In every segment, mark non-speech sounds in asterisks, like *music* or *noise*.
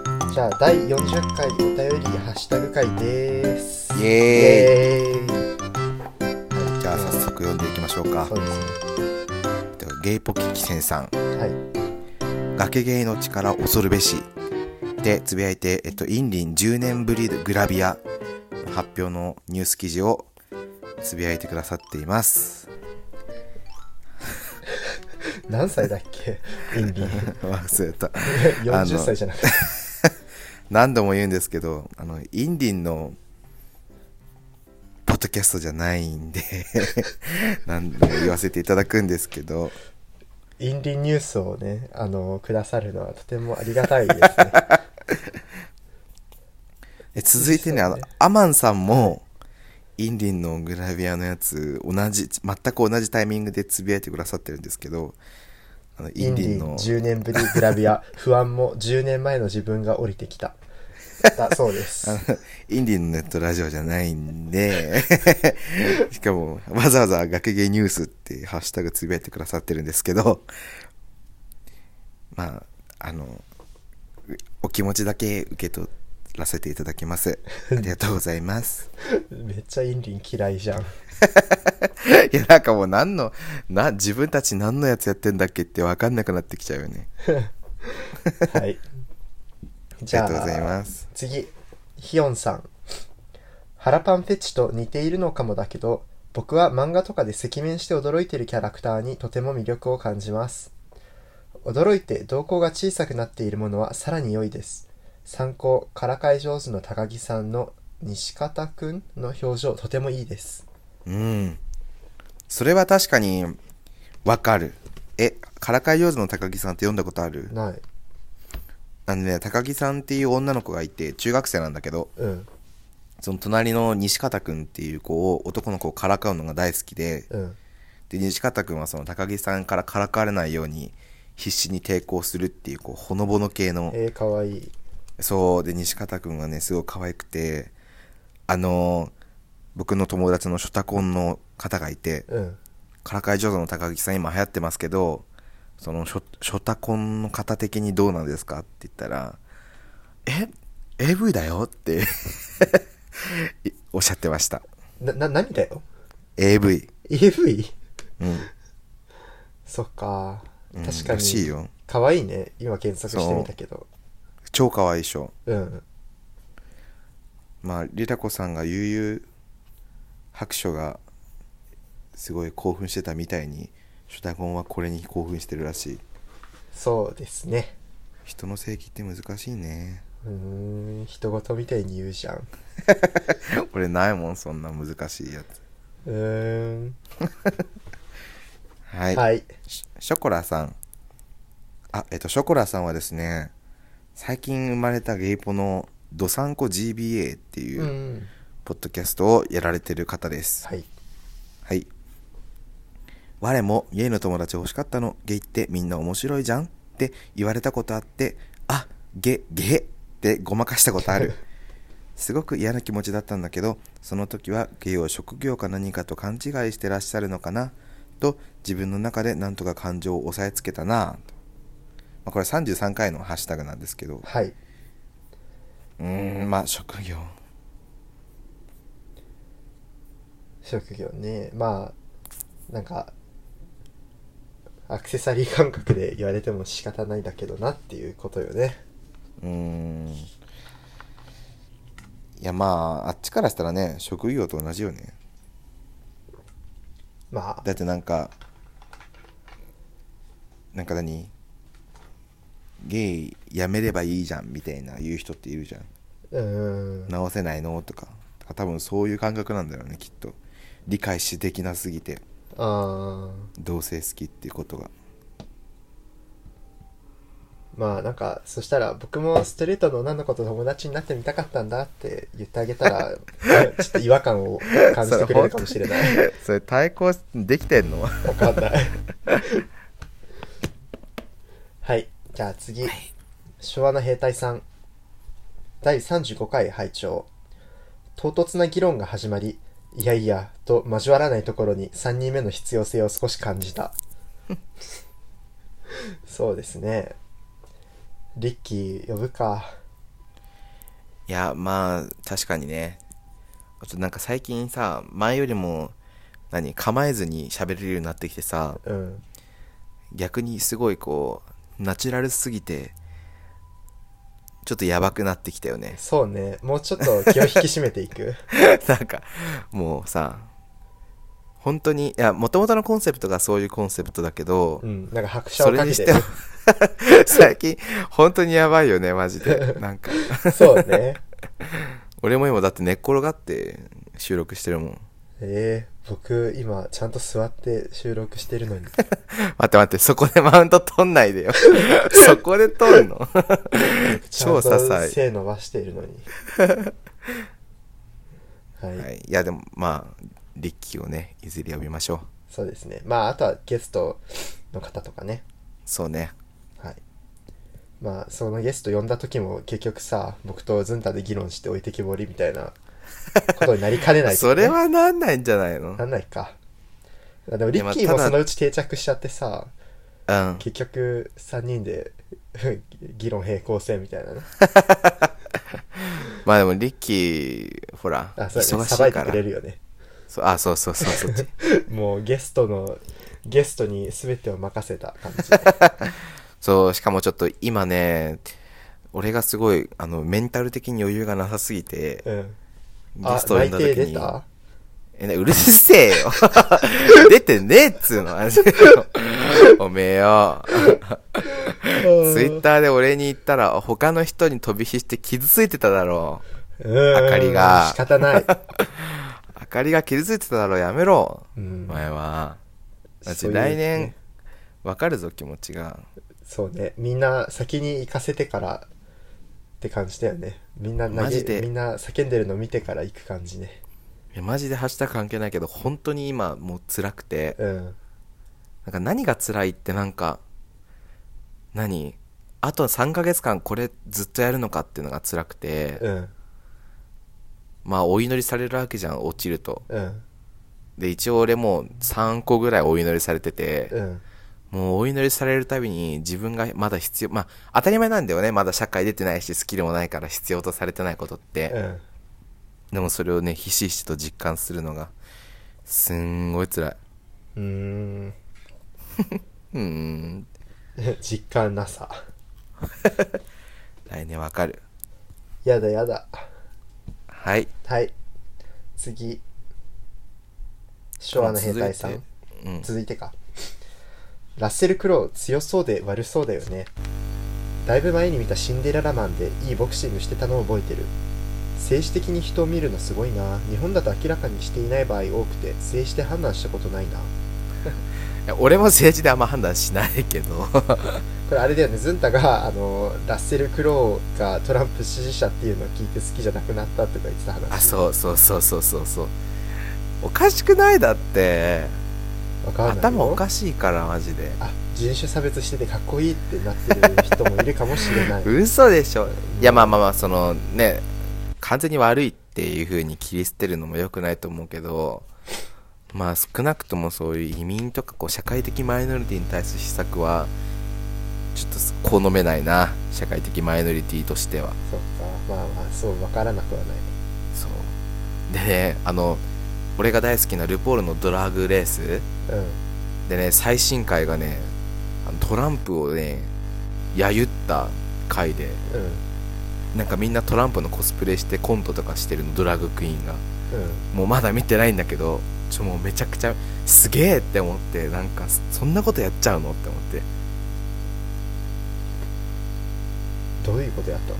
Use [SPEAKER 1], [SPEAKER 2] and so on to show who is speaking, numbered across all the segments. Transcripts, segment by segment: [SPEAKER 1] 第40回お便りハッシュタグ会です
[SPEAKER 2] イ
[SPEAKER 1] イ
[SPEAKER 2] エ
[SPEAKER 1] エーイ
[SPEAKER 2] ーイじゃあ早速読んでいきましょうか
[SPEAKER 1] そうです
[SPEAKER 2] ゲイポキキセンさん
[SPEAKER 1] ねはい
[SPEAKER 2] 崖芸の力恐るべしでつぶやいて、えっと、インリン10年ぶりグラビア発表のニュース記事をつぶやいてくださっています。 *laughs*
[SPEAKER 1] 何歳だっけインリ
[SPEAKER 2] *laughs*
[SPEAKER 1] ン
[SPEAKER 2] 忘れた。あの
[SPEAKER 1] 40歳じゃなくて
[SPEAKER 2] 何度も言うんですけど、あの、インリンのポッドキャストじゃないんで *laughs* 何度も言わせていただくんですけど、
[SPEAKER 1] インリンニュースをねあのくださるのはとてもありがたいですね
[SPEAKER 2] え続いてねあ
[SPEAKER 1] そう
[SPEAKER 2] の
[SPEAKER 1] ね
[SPEAKER 2] アマンさんもインリンのグラビアのやつ同じ全く同じタイミングでつぶやいてくださってるんですけどあの *laughs* イ
[SPEAKER 1] イ
[SPEAKER 2] ン
[SPEAKER 1] ン
[SPEAKER 2] リ
[SPEAKER 1] リ
[SPEAKER 2] ン
[SPEAKER 1] ン
[SPEAKER 2] の
[SPEAKER 1] 10年ぶりグラビア *laughs* 不安も10年前の自分が降りてきただそう
[SPEAKER 2] *laughs*
[SPEAKER 1] です
[SPEAKER 2] あの *laughs* インディンのネットラジオじゃないんで、 *laughs* しかもわざわざ学芸ニュースっていうハッシュタグつぶやいてくださってるんですけど、まあ、あの、お気持ちだけ受け取らせていただきます。ありがとうございます。
[SPEAKER 1] めっちゃインリン嫌いじゃん
[SPEAKER 2] *laughs* いや、なんかもう何の、な、自分たち何のやつやってんだっけってわかんなくなってきちゃうよね。
[SPEAKER 1] はい。じ
[SPEAKER 2] あり
[SPEAKER 1] ゃあ、
[SPEAKER 2] がとうございます
[SPEAKER 1] 次、ヒヨンさん。腹パンフェチと似ているのかもだけど、僕は漫画とかで赤面して驚いてるキャラクターにとても魅力を感じます。驚いて瞳孔が小さくなっているものはさらに良いです。参考、からかい上手の高木さんの西方くんの表情とてもいいです。
[SPEAKER 2] うん。それは確かに、わかる。え、からかい上手の高木さんって読んだことある
[SPEAKER 1] ない。
[SPEAKER 2] あのね、高木さんっていう女の子がいて、中学生なんだけど、
[SPEAKER 1] うん、
[SPEAKER 2] その隣の西方くんっていう子を、男の子をからかうのが大好きで、
[SPEAKER 1] うん、
[SPEAKER 2] で、西方くんはその高木さんからからかわれないように、必死に抵抗するっていう、こう、ほのぼの系の、
[SPEAKER 1] えー、かわいい。
[SPEAKER 2] そう、で、西方くんはね、すごい可愛くて、あのー僕の友達のショタコンの方がいて、
[SPEAKER 1] うん、
[SPEAKER 2] からかい上手の高木さん今流行ってますけどそのショショタコンの方的にどうなんですかって言ったら「え AV だよ」って *laughs* いおっしゃってました
[SPEAKER 1] な、な、何だよ
[SPEAKER 2] AV
[SPEAKER 1] ?EV?
[SPEAKER 2] うん
[SPEAKER 1] そっか
[SPEAKER 2] うん
[SPEAKER 1] 確から
[SPEAKER 2] しい
[SPEAKER 1] に
[SPEAKER 2] よ
[SPEAKER 1] 可愛いね今検索してみたけど
[SPEAKER 2] 超可愛いでしょ
[SPEAKER 1] うん
[SPEAKER 2] まあリラコさんが悠々白書がすごい興奮してたみたいにショタコンはこれに興奮してるらしい
[SPEAKER 1] そうですね
[SPEAKER 2] 人の性器って難しい *laughs* ね
[SPEAKER 1] うーん人事みたいに言うじゃん
[SPEAKER 2] 俺ないもんそんな難しいやつ
[SPEAKER 1] うーん
[SPEAKER 2] は
[SPEAKER 1] はいい、
[SPEAKER 2] シショコラさん。あ、えっと、ショコラさんはですね、最近生まれたゲイポのドサンコ GBA っていうう、
[SPEAKER 1] ん
[SPEAKER 2] ポッドキャストをやられてる方です。
[SPEAKER 1] はい
[SPEAKER 2] はい。我もゲイの友達欲しかったの、ゲイってみんな面白いじゃんって言われたことあって、あ、ゲ、ゲってごまかしたことあ *laughs* る。すごく嫌な気持ちだったんだけど、その時はゲイを職業か何かと勘違いしてらっしゃるのかなと自分の中でなんとか感情を抑えつけたなぁと。まあ、これ33回のハッシュタグなんですけど、
[SPEAKER 1] はいう
[SPEAKER 2] ーん、まあ職業。
[SPEAKER 1] 職業ねまあなんかアクセサリー感覚で言われても仕方ないだけどなっていうことよね
[SPEAKER 2] うーん。いやまあ、あっちからしたらね、職業と同じよね。
[SPEAKER 1] まあ
[SPEAKER 2] だってなんかなんか何ゲイやめればいいじゃんみたいな言う人っているじゃん
[SPEAKER 1] うーん
[SPEAKER 2] 直せないのとか多分そういう感覚なんだろうねきっと理解しできなすぎて
[SPEAKER 1] あー
[SPEAKER 2] 同性好きっていうことが
[SPEAKER 1] まあなんかそしたら僕もストレートの女の子と友達になってみたかったんだって言ってあげたらちょっと違和感を感じてくれるかもしれない
[SPEAKER 2] い *laughs* それ対抗できてんの
[SPEAKER 1] わかんないはいじゃあ次、昭和の兵隊さん第35回拝聴唐突な議論が始まりいやいやと交わらないところに3人目の必要性を少し感じ
[SPEAKER 2] *laughs*
[SPEAKER 1] たそうですねリッキー呼ぶか
[SPEAKER 2] いやまあ確かにねちょっとなんか最近さ前よりも何構えずに喋れるようになってきてさ
[SPEAKER 1] うん
[SPEAKER 2] 逆にすごいこうナチュラルすぎてちょっとやばくなってきたよ
[SPEAKER 1] *laughs*
[SPEAKER 2] ね
[SPEAKER 1] そうねもうちょっと気を引き締めてい
[SPEAKER 2] *laughs*
[SPEAKER 1] く
[SPEAKER 2] なんかもうさ本当にいや元々のコンセプトがそういうコンセプトだけど、
[SPEAKER 1] うんなんか拍車
[SPEAKER 2] そ
[SPEAKER 1] を
[SPEAKER 2] れ
[SPEAKER 1] か
[SPEAKER 2] に
[SPEAKER 1] け
[SPEAKER 2] してても
[SPEAKER 1] る
[SPEAKER 2] *laughs* 最近本当にやばいよねマジでな
[SPEAKER 1] *laughs*
[SPEAKER 2] んか
[SPEAKER 1] そうね
[SPEAKER 2] 俺も今だって寝っ転がって収録してるもん
[SPEAKER 1] えー、僕今ちゃんと座って収録してるのに
[SPEAKER 2] 待って待ってそこでマウント取んない
[SPEAKER 1] *laughs*
[SPEAKER 2] でよそこで取んの
[SPEAKER 1] ちゃん
[SPEAKER 2] 超
[SPEAKER 1] と
[SPEAKER 2] 些細
[SPEAKER 1] 背伸ばしているの
[SPEAKER 2] *laughs*
[SPEAKER 1] にはい、
[SPEAKER 2] はい、いやでもまあリッキーをねいずれ呼びましょう
[SPEAKER 1] そうですねまああとはゲストの方とかね
[SPEAKER 2] そうね
[SPEAKER 1] はいまあそのゲスト呼んだ時も結局さ僕とズンタで議論して置いてきぼりみたい
[SPEAKER 2] *laughs*
[SPEAKER 1] なことになりかねない、
[SPEAKER 2] それはなんないんじゃないの
[SPEAKER 1] なんないかでもリッキ
[SPEAKER 2] い
[SPEAKER 1] ー
[SPEAKER 2] やまあ
[SPEAKER 1] も
[SPEAKER 2] ただ
[SPEAKER 1] そのうち定着しちゃってさ
[SPEAKER 2] うん
[SPEAKER 1] 結局3人で議論平行線みたいなね
[SPEAKER 2] まあでもリッキーほら
[SPEAKER 1] あそ
[SPEAKER 2] 忙
[SPEAKER 1] う
[SPEAKER 2] し
[SPEAKER 1] だねさば
[SPEAKER 2] い
[SPEAKER 1] いて
[SPEAKER 2] か
[SPEAKER 1] く
[SPEAKER 2] ら
[SPEAKER 1] れるよね
[SPEAKER 2] そうあそうそうそうそっ
[SPEAKER 1] *laughs*
[SPEAKER 2] ち
[SPEAKER 1] もうゲストのゲストに全てを任せた感
[SPEAKER 2] *laughs*
[SPEAKER 1] じ
[SPEAKER 2] そうしかもちょっと今ね俺がすごいあのメンタル的に余裕がなさすぎて
[SPEAKER 1] うん
[SPEAKER 2] ゲ
[SPEAKER 1] あ
[SPEAKER 2] ストを呼
[SPEAKER 1] 内
[SPEAKER 2] んだ
[SPEAKER 1] 定
[SPEAKER 2] 時
[SPEAKER 1] 出
[SPEAKER 2] に
[SPEAKER 1] た
[SPEAKER 2] え、うるせえよ。 *laughs* 出てねえっつうの、マジでおめえよ。 *laughs* ツイッターで俺に言ったら、他の人に飛び火して傷ついてただろ
[SPEAKER 1] うん
[SPEAKER 2] 明かりが
[SPEAKER 1] 仕方
[SPEAKER 2] *laughs*
[SPEAKER 1] ない、
[SPEAKER 2] う。あかりが傷ついてただろう、やめろ。
[SPEAKER 1] うん
[SPEAKER 2] お前は。だって
[SPEAKER 1] そういう
[SPEAKER 2] 来年、わかるぞ、気持ちが。
[SPEAKER 1] そうねみんな先に行かせてからって感じだよねみんな
[SPEAKER 2] マ
[SPEAKER 1] 投
[SPEAKER 2] ジで
[SPEAKER 1] げみんな叫んでるの見てから行く感じね
[SPEAKER 2] いやマジでハッシュタグ関係ないけど、本当に今、もう辛くて。
[SPEAKER 1] うん
[SPEAKER 2] なんか何が辛いってなんか、何あと3ヶ月間これずっとやるのかっていうのが辛くて。
[SPEAKER 1] うん
[SPEAKER 2] まあお祈りされるわけじゃん落ちると
[SPEAKER 1] うん
[SPEAKER 2] で一応俺もう3個ぐらいお祈りされてて、
[SPEAKER 1] うん
[SPEAKER 2] もうお祈りされるたびに自分がまだ必要まあ当たり前なんだよねまだ社会出てないしスキルもないから必要とされてないことって、
[SPEAKER 1] うん
[SPEAKER 2] でもそれをねひしひしと実感するのがすんごい辛いう
[SPEAKER 1] ーん *laughs*
[SPEAKER 2] うーん
[SPEAKER 1] 実感なさ
[SPEAKER 2] 来年わかる
[SPEAKER 1] やだやだ
[SPEAKER 2] はい
[SPEAKER 1] はい次昭和の兵隊さん
[SPEAKER 2] 続いてうん
[SPEAKER 1] 続いてかラッセル・クロウ強そうで悪そうだよねだいぶ前に見たシンデレラマンでいいボクシングしてたのを覚えてる政治的に人を見るのすごいな日本だと明らかにしていない場合多くて政治で判断したことないない
[SPEAKER 2] や俺も政治であんま判断しない
[SPEAKER 1] *laughs*
[SPEAKER 2] けど
[SPEAKER 1] これあれだよねズンタがあのラッセル・クロウがトランプ支持者っていうのを聞いて好きじゃなくなったとか言ってた話
[SPEAKER 2] あそうそうそうそうそうそうおかしくないだって
[SPEAKER 1] わかんないよ
[SPEAKER 2] 頭おかしいからマジで
[SPEAKER 1] あ人種差別しててかっこいいってなってる人もいるかもし
[SPEAKER 2] *laughs*
[SPEAKER 1] れない
[SPEAKER 2] 嘘でしょいやまあまあまあそのね完全に悪いっていう風に切り捨てるのも良くないと思うけどまあ少なくともそういう移民とかこう社会的マイノリティに対する施策はちょっと好めないな社会的マイノリティとしては
[SPEAKER 1] そっかまあまあそうわからなくはない
[SPEAKER 2] そうでねあの俺が大好きなルポールのドラッグレース
[SPEAKER 1] うん
[SPEAKER 2] でね最新回がねあのトランプをねやゆった回で
[SPEAKER 1] うんうん
[SPEAKER 2] なんかみんなトランプのコスプレしてコントとかしてるのドラッグクイーンがもうまだ見てないんだけどちょもうめちゃくちゃすげえって思ってなんかそんなことやっちゃうのって思って
[SPEAKER 1] どういうこと *laughs* やったの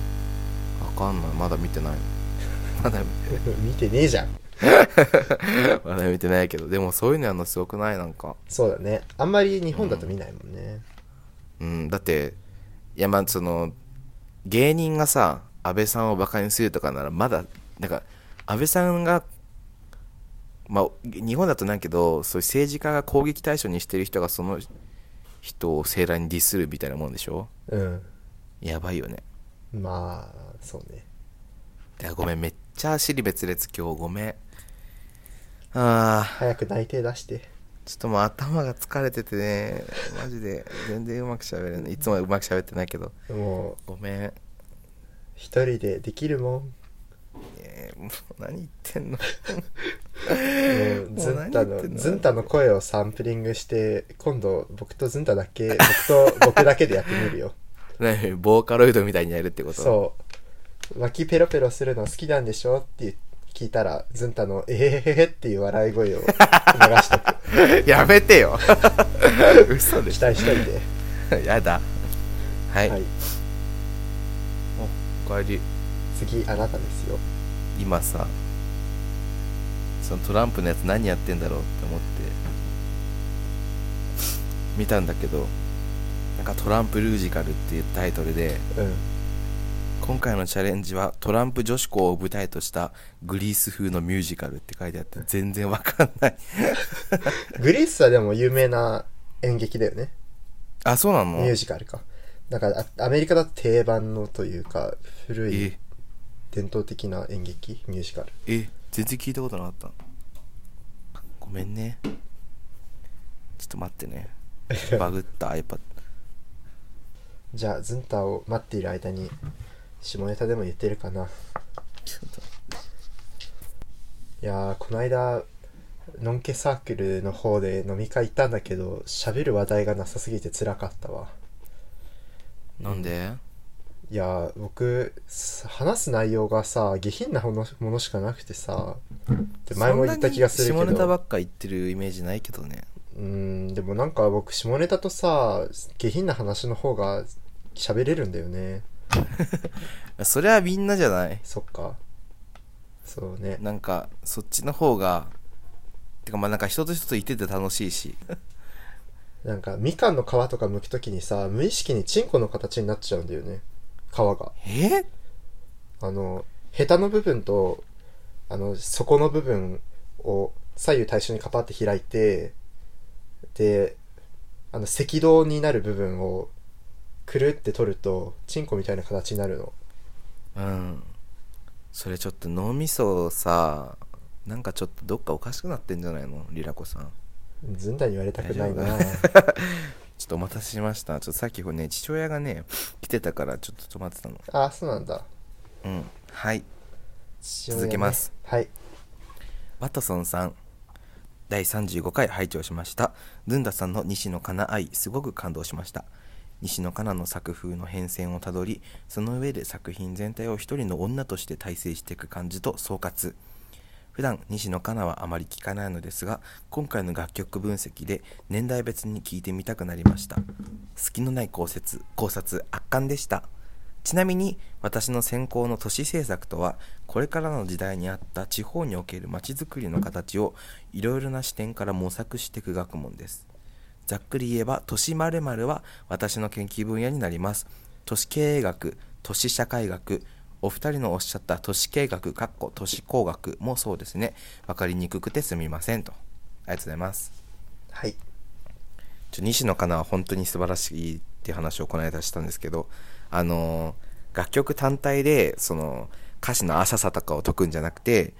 [SPEAKER 2] わかんないまだ見てない *laughs* のまだ
[SPEAKER 1] 見
[SPEAKER 2] 見 *laughs* て
[SPEAKER 1] てねえじゃん
[SPEAKER 2] ないまだ見てないけどでもそういうのやるのすごくないなんか
[SPEAKER 1] そうだねあんまり日本だと見ないもんね
[SPEAKER 2] うんだっていやまあその芸人がさ安倍さんをバカにするとかならまだなんか安倍さんがまあ日本だとないけどそういう政治家が攻撃対象にしてる人がその人を盛大にディスるみたいなもんでしょ
[SPEAKER 1] うん、
[SPEAKER 2] やばいよね
[SPEAKER 1] まあそうね
[SPEAKER 2] いやごめんめっちゃ尻別裂今日ごめんあー
[SPEAKER 1] 早く内定出して
[SPEAKER 2] ちょっともう頭が疲れててねマジで全然うまく喋れないいつもうまく喋ってないけど
[SPEAKER 1] もう
[SPEAKER 2] ごめん
[SPEAKER 1] 一人でできるもん
[SPEAKER 2] えーもう何言ってん
[SPEAKER 1] も
[SPEAKER 2] の
[SPEAKER 1] う
[SPEAKER 2] も
[SPEAKER 1] ズ
[SPEAKER 2] う何
[SPEAKER 1] ンタの
[SPEAKER 2] 言ってんの
[SPEAKER 1] ズンタの声をサンプリングして今度僕とズンタだけ僕と僕だけでやってみる
[SPEAKER 2] *laughs*
[SPEAKER 1] よ
[SPEAKER 2] 何ボーカロイドみたいにやるってこと
[SPEAKER 1] そう脇ペロペロするの好きなんでしょって聞いたらズンタの「えへへへ」っていう笑い声を流しとく
[SPEAKER 2] *laughs* やめてよ *laughs* 嘘で
[SPEAKER 1] 期
[SPEAKER 2] し
[SPEAKER 1] 待しといて
[SPEAKER 2] ょやだはい、
[SPEAKER 1] はい
[SPEAKER 2] おかえり
[SPEAKER 1] 次あなたですよ
[SPEAKER 2] 今さそのトランプのやつ何やってんだろうって思って見たんだけどなんかトランプルージカルっていうタイトルで
[SPEAKER 1] うん
[SPEAKER 2] 今回のチャレンジはトランプ女子校を舞台としたグリース風のミュージカルって書いてあって全然わかんない
[SPEAKER 1] グリースはでも有名な演劇だよね
[SPEAKER 2] あそうなの
[SPEAKER 1] ミュージカルかだからあアメリカだと定番のというか古い
[SPEAKER 2] え
[SPEAKER 1] 伝統的な演劇ミュージカル
[SPEAKER 2] え全然聞いたことなかったごめんねちょっと待っ
[SPEAKER 1] *laughs*
[SPEAKER 2] てねバグった iPad
[SPEAKER 1] じゃあズンタを待っている間に下ネタでも言ってるかな
[SPEAKER 2] ちょっと
[SPEAKER 1] いやーこの間のんけサークルの方で飲み会行ったんだけど喋る話題がなさすぎて辛かったわ
[SPEAKER 2] なんで、
[SPEAKER 1] いやー僕す話す内容がさ下品なものものしかなくてさって前も言った気がするけど
[SPEAKER 2] そんなに下ネタばっか言ってるイメージないけどね
[SPEAKER 1] うーんでもなんか僕下ネタとさ下品な話の方が喋れるんだよね
[SPEAKER 2] それはみんなじゃない
[SPEAKER 1] そっかそうね
[SPEAKER 2] なんかそっちの方がてかまあなんか人と人といてて楽しいし
[SPEAKER 1] なんかみかんの皮とか剥くときにさ無意識にチンコの形になっちゃうんだよね皮が
[SPEAKER 2] え
[SPEAKER 1] あのヘタの部分とあの底の部分を左右対称にカパって開いてであの赤道になる部分をくるって取るとチンコみたいな形になるの
[SPEAKER 2] うんそれちょっと脳みそさなんかちょっとどっかおかしくなってんじゃないのリラコさん
[SPEAKER 1] ずんだに言われたくないな
[SPEAKER 2] 大丈ちょっとお待たせしましたちょっとさっきこれね父親がね来てたからちょっと止まってたの
[SPEAKER 1] ああそうなんだ
[SPEAKER 2] うんはい
[SPEAKER 1] 続
[SPEAKER 2] けます
[SPEAKER 1] はい
[SPEAKER 2] ワトソンさん第35回拝聴しましたずんださんの西野カナ愛すごく感動しました西野カナの作風の変遷をたどりその上で作品全体を一人の女として体制していく感じと総括普段西野カナはあまり聞かないのですが今回の楽曲分析で年代別に聞いてみたくなりました隙のない考察考察圧巻でしたちなみに私の専攻の都市政策とはこれからの時代にあった地方におけるまちづくりの形をいろいろな視点から模索していく学問ですざっくり言えば都市〇〇は私の研究分野になります都市経営学都市社会学お二人のおっしゃった都市計画かっこ都市工学もそうですね分かりにくくてすみませんとありがとうございます
[SPEAKER 1] はい
[SPEAKER 2] ちょ西野カナは本当に素晴らしいって話をこの間したんですけどあのー楽曲単体でその歌詞の浅さとかを解くんじゃなくて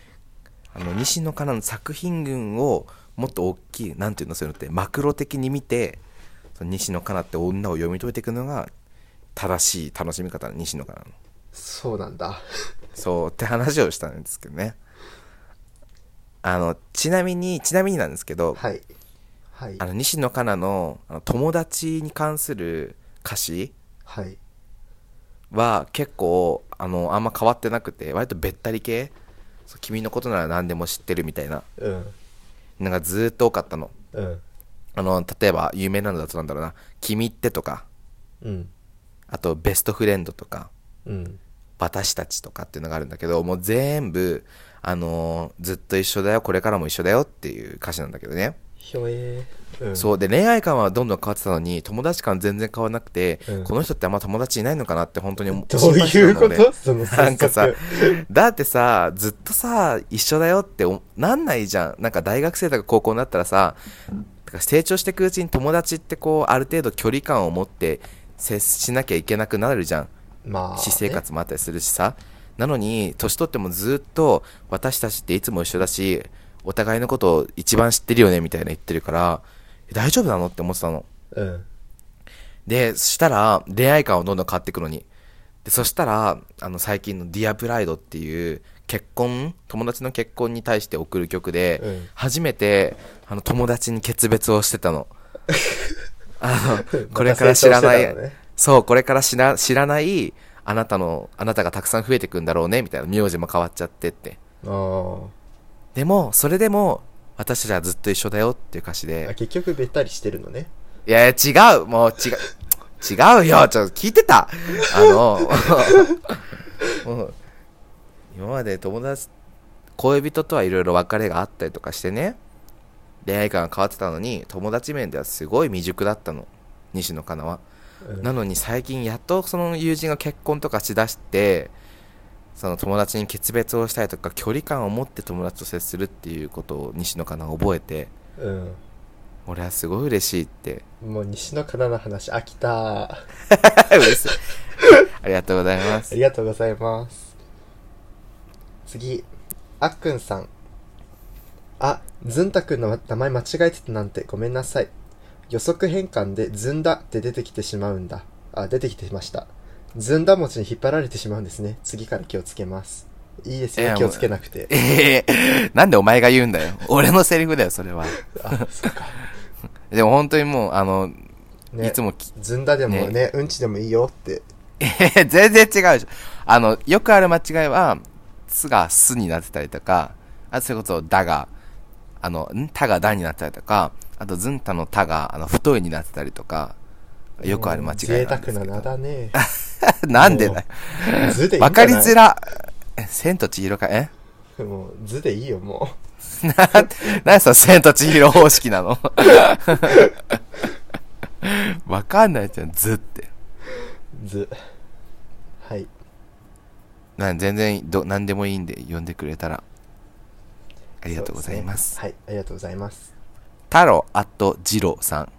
[SPEAKER 2] あの西野カナの作品群をもっと大きいなんていうのそういうのってマクロ的に見てその西野カナって女を読み解いていくのが正しい楽しみ方の西野カナの
[SPEAKER 1] そうなんだ
[SPEAKER 2] そうって話をしたんですけどねあのちなみにちなみになんですけど、
[SPEAKER 1] はいはい
[SPEAKER 2] あの西野カナのあの友達に関する歌詞
[SPEAKER 1] はい
[SPEAKER 2] は結構あのあんま変わってなくて割とべったり系そう君のことなら何でも知ってるみたいな
[SPEAKER 1] うん
[SPEAKER 2] なんかずーっと多かったの
[SPEAKER 1] うん
[SPEAKER 2] あの例えば有名なのだとなんだろうな「君って」とか
[SPEAKER 1] うん
[SPEAKER 2] あと「ベストフレンド」とか
[SPEAKER 1] うん
[SPEAKER 2] 「私たち」とかっていうのがあるんだけどもう全部あのずっと一緒だよこれからも一緒だよっていう歌詞なんだけどね
[SPEAKER 1] ひょえー、うん
[SPEAKER 2] そうで恋愛感はどんどん変わってたのに友達感全然変わらなくて、
[SPEAKER 1] うん
[SPEAKER 2] この人ってあんま友達いないのかなって本当に
[SPEAKER 1] *laughs*
[SPEAKER 2] 思
[SPEAKER 1] どういうこと、 *laughs* その
[SPEAKER 2] なんかさ
[SPEAKER 1] 接触
[SPEAKER 2] だってさずっとさ一緒だよっておなんないじゃんなんか大学生とか高校になったらさてか成長していくうちに友達ってこうある程度距離感を持って接しなきゃいけなくなるじゃん
[SPEAKER 1] まあ、
[SPEAKER 2] 私生活もあったりするしさなのに年取ってもずっと私たちっていつも一緒だしお互いのことを一番知ってるよねみたいな言ってるからえ大丈夫なのって思ってたの
[SPEAKER 1] ね。うん。
[SPEAKER 2] でそしたら恋愛感はどんどん変わっていくのにでそしたらあの最近の「ディアプライドっていう結婚友達の結婚に対して送る曲で、
[SPEAKER 1] うん
[SPEAKER 2] 初めてあの友達に決別をして
[SPEAKER 1] *laughs*
[SPEAKER 2] たのあのこれから知らない、そうこれから知ら知らないあなたのあなたがたくさん増えてくんだろうねみたいな名字も変わっちゃってって
[SPEAKER 1] あー
[SPEAKER 2] でもそれでも私たちはずっと一緒だよっていう歌詞
[SPEAKER 1] あ
[SPEAKER 2] で
[SPEAKER 1] 結局べったりしてるのね
[SPEAKER 2] いやいや違うもう違う違う *laughs* よちょっと聞いてたあの *laughs* もう今まで友達恋人とはいろいろ別れがあったりとかしてね恋愛観が変わってたのに友達面ではすごい未熟だったの西野カナは
[SPEAKER 1] うん
[SPEAKER 2] なのに最近やっとその友人が結婚とかしだしてその友達に決別をしたりとか距離感を持って友達と接するっていうことを西野カナは覚えて
[SPEAKER 1] うん
[SPEAKER 2] 俺はすごい嬉しいって *laughs*
[SPEAKER 1] もう西の方の話飽きたあ
[SPEAKER 2] 嬉しいありがとうございます
[SPEAKER 1] りがとうございます次あっくんさんあずんたくんの名前間違えてたなんてごめんなさい予測変換でずんだって出てきてしまうんだあ出てきてましたずんだ餅に引っ張られてしまうんですね次から気をつけますいいです
[SPEAKER 2] い
[SPEAKER 1] よ
[SPEAKER 2] や
[SPEAKER 1] 気をつけなくて
[SPEAKER 2] ええ *laughs* なんでお前が言うんだよ俺のセリフだよそれは
[SPEAKER 1] あそっか
[SPEAKER 2] でも本当にもうあの、
[SPEAKER 1] ね
[SPEAKER 2] いつもき
[SPEAKER 1] ずんだでもねうんちでもいいよって
[SPEAKER 2] えへへ *laughs* 全然違うでしょあのよくある間違いは「つ」が「す」になってたりとかあとそれこそ「だ」が「あのん」「た」が「だ」になってたりとかあと「ずんた」の「た」が「あの太い」になってたりとかよくある間違い
[SPEAKER 1] 贅
[SPEAKER 2] な
[SPEAKER 1] 沢
[SPEAKER 2] んですけど
[SPEAKER 1] な名だ
[SPEAKER 2] *laughs*
[SPEAKER 1] ね
[SPEAKER 2] なんでだよ
[SPEAKER 1] 図でいいんじゃない
[SPEAKER 2] わかりづらえ千と千尋かえ
[SPEAKER 1] もう図でいいよも
[SPEAKER 2] な、
[SPEAKER 1] *laughs*
[SPEAKER 2] なんその千と千尋方式なの *laughs* わかんないじゃん、ずって。
[SPEAKER 1] う図はい
[SPEAKER 2] な全然ど、なんでもいいんで、呼んでくれたら。ありがとうございます。
[SPEAKER 1] そうでねはいありがとうございます
[SPEAKER 2] 太郎あとジロさん。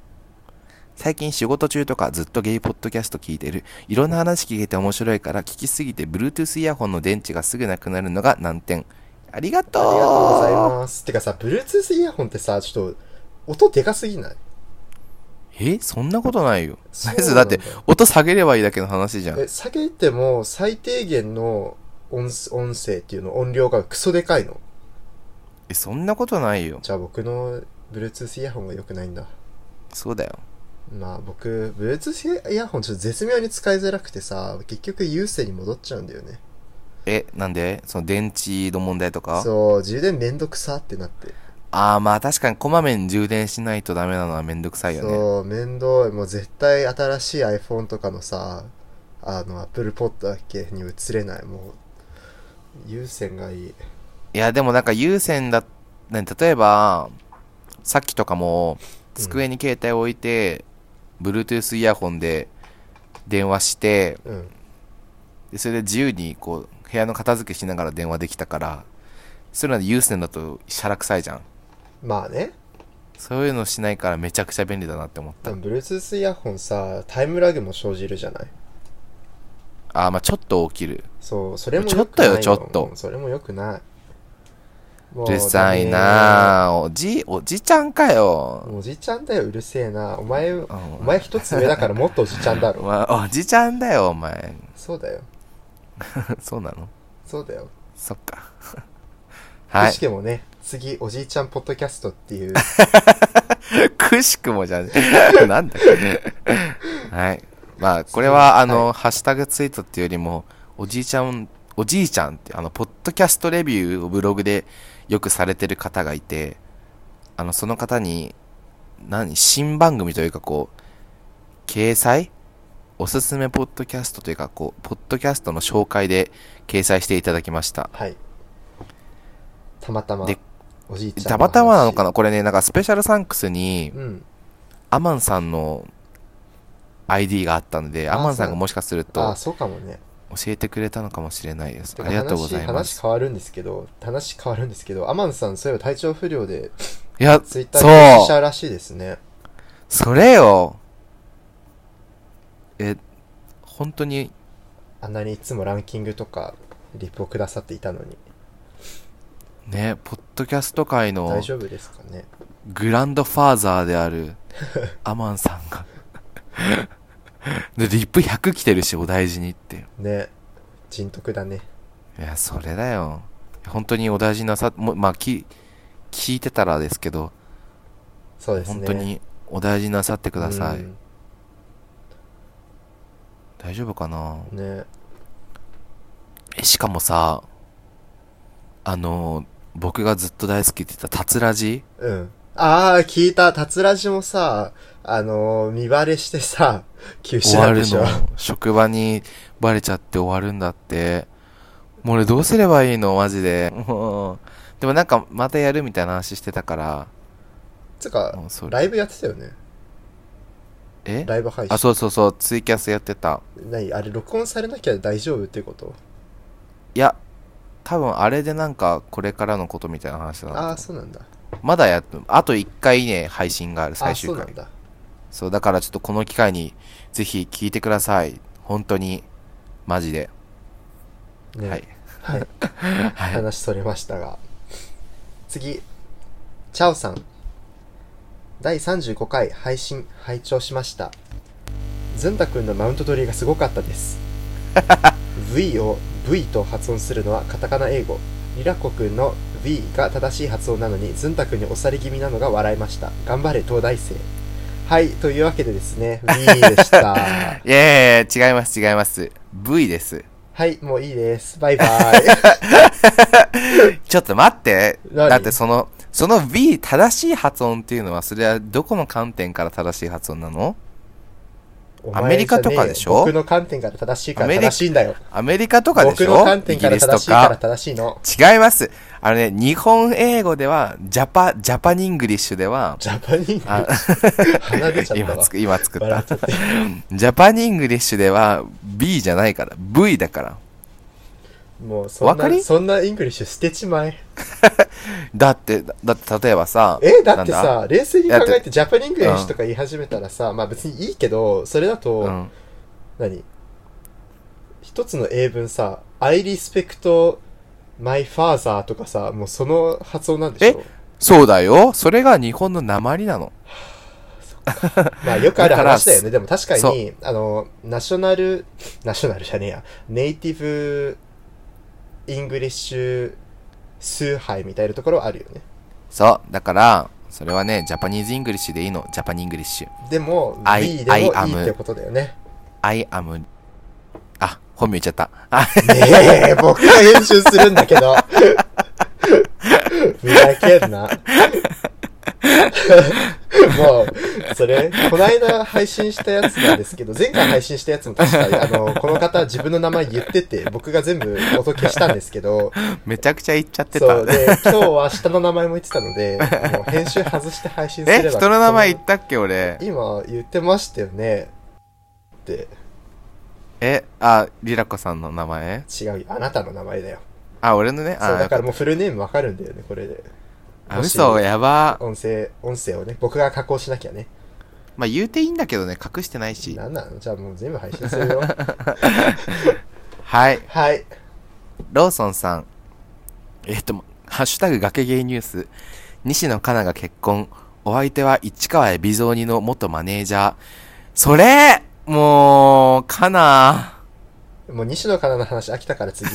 [SPEAKER 2] 最近仕事中とかずっとゲイポッドキャスト聞いてる。いろんな話聞けて面白いから聞きすぎて Bluetooth イヤホンの電池がすぐなくなるのが難点。ありがとう
[SPEAKER 1] ありがとうございますてかさ Bluetooth イヤホンってさちょっと音でかすぎない
[SPEAKER 2] えそんなことないよ。
[SPEAKER 1] そう
[SPEAKER 2] ナイス
[SPEAKER 1] な
[SPEAKER 2] だ
[SPEAKER 1] ん
[SPEAKER 2] っ
[SPEAKER 1] だ
[SPEAKER 2] て音下げればいいだけの話じゃん。
[SPEAKER 1] え下げても最低限の音音声っていうの音量がクソでかいの
[SPEAKER 2] えそんなことないよ
[SPEAKER 1] じゃあ僕の Bluetooth イヤホンが良くないんだ
[SPEAKER 2] そうだよ
[SPEAKER 1] まあ僕 Bluetooth イヤホンちょっと絶妙に使いづらくてさ結局有線に戻っちゃうんだよね
[SPEAKER 2] えなんでその電池の問題とか
[SPEAKER 1] そう充電めんどくさってなって
[SPEAKER 2] ああまあ確かにこまめに充電しないとダメなのはめんどくさいよね
[SPEAKER 1] そう、面倒い。もう絶対新しい iPhone とかのさ、あの、Apple Pod だっけに移れない。もう、有線がいい。
[SPEAKER 2] いやでもなんか有線だね例えばさっきとかも机に携帯置いて、Bluetooth イヤホンで電話して
[SPEAKER 1] うん。
[SPEAKER 2] でそれで自由にこう部屋の片付けしながら電話できたからそういうのは有線だとしゃらくさいじゃん
[SPEAKER 1] まあね。
[SPEAKER 2] そういうのしないからめちゃくちゃ便利だなって思っ
[SPEAKER 1] で
[SPEAKER 2] た、
[SPEAKER 1] も Bluetooth イヤホンさ、タイムラグも生じるじゃない。
[SPEAKER 2] ああまあちょっと起きる
[SPEAKER 1] そう、それも
[SPEAKER 2] ちょ
[SPEAKER 1] 良
[SPEAKER 2] っ
[SPEAKER 1] くな
[SPEAKER 2] と
[SPEAKER 1] い
[SPEAKER 2] よちょっと
[SPEAKER 1] うんそれも良くない。も
[SPEAKER 2] うるさいなあおじ、おじちゃんか
[SPEAKER 1] ダ
[SPEAKER 2] よ。
[SPEAKER 1] メおじちゃんだよ、うるせえな。お前、お
[SPEAKER 2] お
[SPEAKER 1] 前一つ上だからもっとおじちゃんだろ。
[SPEAKER 2] まおじちゃんだよ、お前。
[SPEAKER 1] そうだよ。
[SPEAKER 2] そうなの
[SPEAKER 1] そうだよ。
[SPEAKER 2] そっか。 *laughs* は
[SPEAKER 1] く
[SPEAKER 2] い
[SPEAKER 1] し。くもね、次、おじいちゃんポッドキャストっていう、
[SPEAKER 2] くしくもじゃねえ。 *laughs* なんだっけね。はい。まあ、これは、あの、ハッシュタグツイートっていうよりも、おじいちゃん、おじいちゃんって、あの、ポッドキャストレビューをブログでよくされてる方がいて、あの、その方に、何、新番組というか、こう、掲載おすすめポッドキャストというか、こう、ポッドキャストの紹介で掲載していただきました。
[SPEAKER 1] はい。たまたま
[SPEAKER 2] で。
[SPEAKER 1] おじいちゃん。
[SPEAKER 2] たまたまなのかなこれね、なんかスペシャルサンクスに、
[SPEAKER 1] うん。
[SPEAKER 2] アマンさんの ID があったので、
[SPEAKER 1] あ
[SPEAKER 2] アマンさんがもしかする
[SPEAKER 1] あ
[SPEAKER 2] と
[SPEAKER 1] あ、そうかもね。
[SPEAKER 2] 教えてくれたのかもしれないです。
[SPEAKER 1] て
[SPEAKER 2] あ
[SPEAKER 1] か
[SPEAKER 2] りがとうござい
[SPEAKER 1] 話
[SPEAKER 2] ま
[SPEAKER 1] 話
[SPEAKER 2] す。
[SPEAKER 1] 変わるんですけど、話変わるんですけど、アマンさん、そういえば体調不良で、
[SPEAKER 2] いや、
[SPEAKER 1] ツイッタ
[SPEAKER 2] そ
[SPEAKER 1] ーに復帰し
[SPEAKER 2] う
[SPEAKER 1] たらしいですね。
[SPEAKER 2] それよえ、本当に、
[SPEAKER 1] あんなにいつもランキングとか、リップをくださっていたのに。
[SPEAKER 2] ね、ポッドキャスト界の
[SPEAKER 1] 大丈夫ですかね。 *laughs*
[SPEAKER 2] グランドファーザーであるアマンさんがでリップ100来てるしお大事にって
[SPEAKER 1] ね人徳だね
[SPEAKER 2] いやそれだよ本当にお大事になさもうまあき聞いてたらですけど
[SPEAKER 1] そうですね
[SPEAKER 2] 本当にお大事になさってください、
[SPEAKER 1] うん
[SPEAKER 2] 大丈夫かな
[SPEAKER 1] ね
[SPEAKER 2] えしかもさあの僕がずっと大好きって言った「たつらじ
[SPEAKER 1] うんああ聞いたたつらじもさあのー見バレしてさ休」止
[SPEAKER 2] 終
[SPEAKER 1] な
[SPEAKER 2] わ
[SPEAKER 1] んで
[SPEAKER 2] る
[SPEAKER 1] しょ
[SPEAKER 2] の職場にバレちゃって終わるんだってもう俺どうすればいいのマジでもうでもなんかまたやるみたいな話してたから
[SPEAKER 1] *laughs* つうか
[SPEAKER 2] もうそれ
[SPEAKER 1] ライブやってたよね
[SPEAKER 2] え
[SPEAKER 1] ライブ配信
[SPEAKER 2] あそうそうそうツイキャスやってた
[SPEAKER 1] 何あれ録音されなきゃ大丈夫ってこと
[SPEAKER 2] いや多分あれでなんかこれからのことみたいな話だ
[SPEAKER 1] ああ
[SPEAKER 2] な
[SPEAKER 1] ーそうなんだ
[SPEAKER 2] まだやっあと1回ね配信がある
[SPEAKER 1] あ
[SPEAKER 2] 最
[SPEAKER 1] あ
[SPEAKER 2] 終
[SPEAKER 1] そうな
[SPEAKER 2] 回
[SPEAKER 1] んだ
[SPEAKER 2] そう、だからちょっとこの機会に、ぜひ聞いてください。本当に、マジで。
[SPEAKER 1] ね
[SPEAKER 2] はい。
[SPEAKER 1] はい
[SPEAKER 2] はい。
[SPEAKER 1] 話それましたが次チャオさん第35回配信拝聴しましたずんたくんのマウント取りがすごかったです
[SPEAKER 2] *laughs*
[SPEAKER 1] V を V と発音するのはカタカナ英語リラコくんの V が正しい発音なのにずんたくんに押され気味なのが笑いました頑張れ東大生はいというわけでですね V でした
[SPEAKER 2] *laughs* いやいやいや違います、違います。V です。
[SPEAKER 1] はいもういいですバイバイ
[SPEAKER 2] ちょっと待って。
[SPEAKER 1] 何
[SPEAKER 2] だってその、その V 正しい発音っていうのは、それはどこの観点から正しい発音なの
[SPEAKER 1] お前
[SPEAKER 2] アメリカとかでしょ
[SPEAKER 1] じゃねえよ僕の観点から正しいから
[SPEAKER 2] アメリ
[SPEAKER 1] 正
[SPEAKER 2] カ
[SPEAKER 1] しいんだよ
[SPEAKER 2] アメリカとかでしょ
[SPEAKER 1] 僕の観点から
[SPEAKER 2] イギリ
[SPEAKER 1] 正
[SPEAKER 2] ス
[SPEAKER 1] しい
[SPEAKER 2] と
[SPEAKER 1] から
[SPEAKER 2] か。
[SPEAKER 1] 正しいの。
[SPEAKER 2] 違います。あのね、日本英語では、ジャパ、ジャパニングリッシュでは、
[SPEAKER 1] ジャパニー
[SPEAKER 2] あ
[SPEAKER 1] ズ。 *laughs* 鼻出ちゃった
[SPEAKER 2] 今
[SPEAKER 1] わ
[SPEAKER 2] つ。く、今作っ
[SPEAKER 1] 笑
[SPEAKER 2] た
[SPEAKER 1] っ。ちゃって。
[SPEAKER 2] ジャパニングリッシュでは B じゃないから、V だから。
[SPEAKER 1] もうそん
[SPEAKER 2] わかり
[SPEAKER 1] な、そんなイングリッシュ捨てちまえ。
[SPEAKER 2] だって、だだって例えばさ、
[SPEAKER 1] え、だって
[SPEAKER 2] なんだ、
[SPEAKER 1] さ、冷静に考
[SPEAKER 2] だ
[SPEAKER 1] え
[SPEAKER 2] って
[SPEAKER 1] ジャパニーングリッシュとか言い始めたらさ、まあ別にいいけど、それだと、
[SPEAKER 2] うん、
[SPEAKER 1] 何一つの英文さ、I respect my father とかさ、もうその発音なんでしょ
[SPEAKER 2] そうだよ。それが日本の鉛なの。
[SPEAKER 1] まあよくある
[SPEAKER 2] だから
[SPEAKER 1] 話だよね。でも確か
[SPEAKER 2] そ
[SPEAKER 1] に、あの、ナショナル、ナショナルじゃねえや、ネイティブ、イングリッシュ、崇拝みたいなところはあるよね。
[SPEAKER 2] そう。だから、それはね、ジャパニーズ・イングリッシュでいいの。ジャパニーングリッシュ。
[SPEAKER 1] でも、B
[SPEAKER 2] I-
[SPEAKER 1] でもい
[SPEAKER 2] I am
[SPEAKER 1] いってことだよね。
[SPEAKER 2] I am... あ、本名言っちゃった。あ、 *laughs*
[SPEAKER 1] ねえ、僕が編集するんだけど。ふざけんな。もう、それ、この間配信したやつなんですけど、前回配信したやつも確かに、あの、この方自分の名前言ってて、僕が全部音消したんですけど、
[SPEAKER 2] めちゃくちゃ言っちゃって
[SPEAKER 1] そう、
[SPEAKER 2] た。
[SPEAKER 1] で、今日は下の名前も言ってたので、もう編集外して配信すれ
[SPEAKER 2] え、
[SPEAKER 1] ば。
[SPEAKER 2] 人の名前言ったっけ、俺。
[SPEAKER 1] 今言ってましたよね。って、
[SPEAKER 2] え、あ、リラコさんの名前
[SPEAKER 1] 違うよ、あなたの名前だよ。
[SPEAKER 2] あ、俺のね。
[SPEAKER 1] そう、
[SPEAKER 2] あ
[SPEAKER 1] だからもうフルネームわかるんだよね、これで。
[SPEAKER 2] あ、嘘、やば。
[SPEAKER 1] 音声、音声をね、僕が加工しなきゃね。
[SPEAKER 2] まあ、言うていいんだけどね、隠してないし。
[SPEAKER 1] なんなのじゃあもう全部配信す
[SPEAKER 2] *laughs*
[SPEAKER 1] るよ。
[SPEAKER 2] はい。
[SPEAKER 1] はい。
[SPEAKER 2] ローソンさん。えっと、ハッシュタグ崖芸ニュース。西野カナが結婚。お相手は市川海老蔵にの元マネージャー。それもう、カナ
[SPEAKER 1] もう西野カナの話飽きたから
[SPEAKER 2] *laughs*
[SPEAKER 1] 次。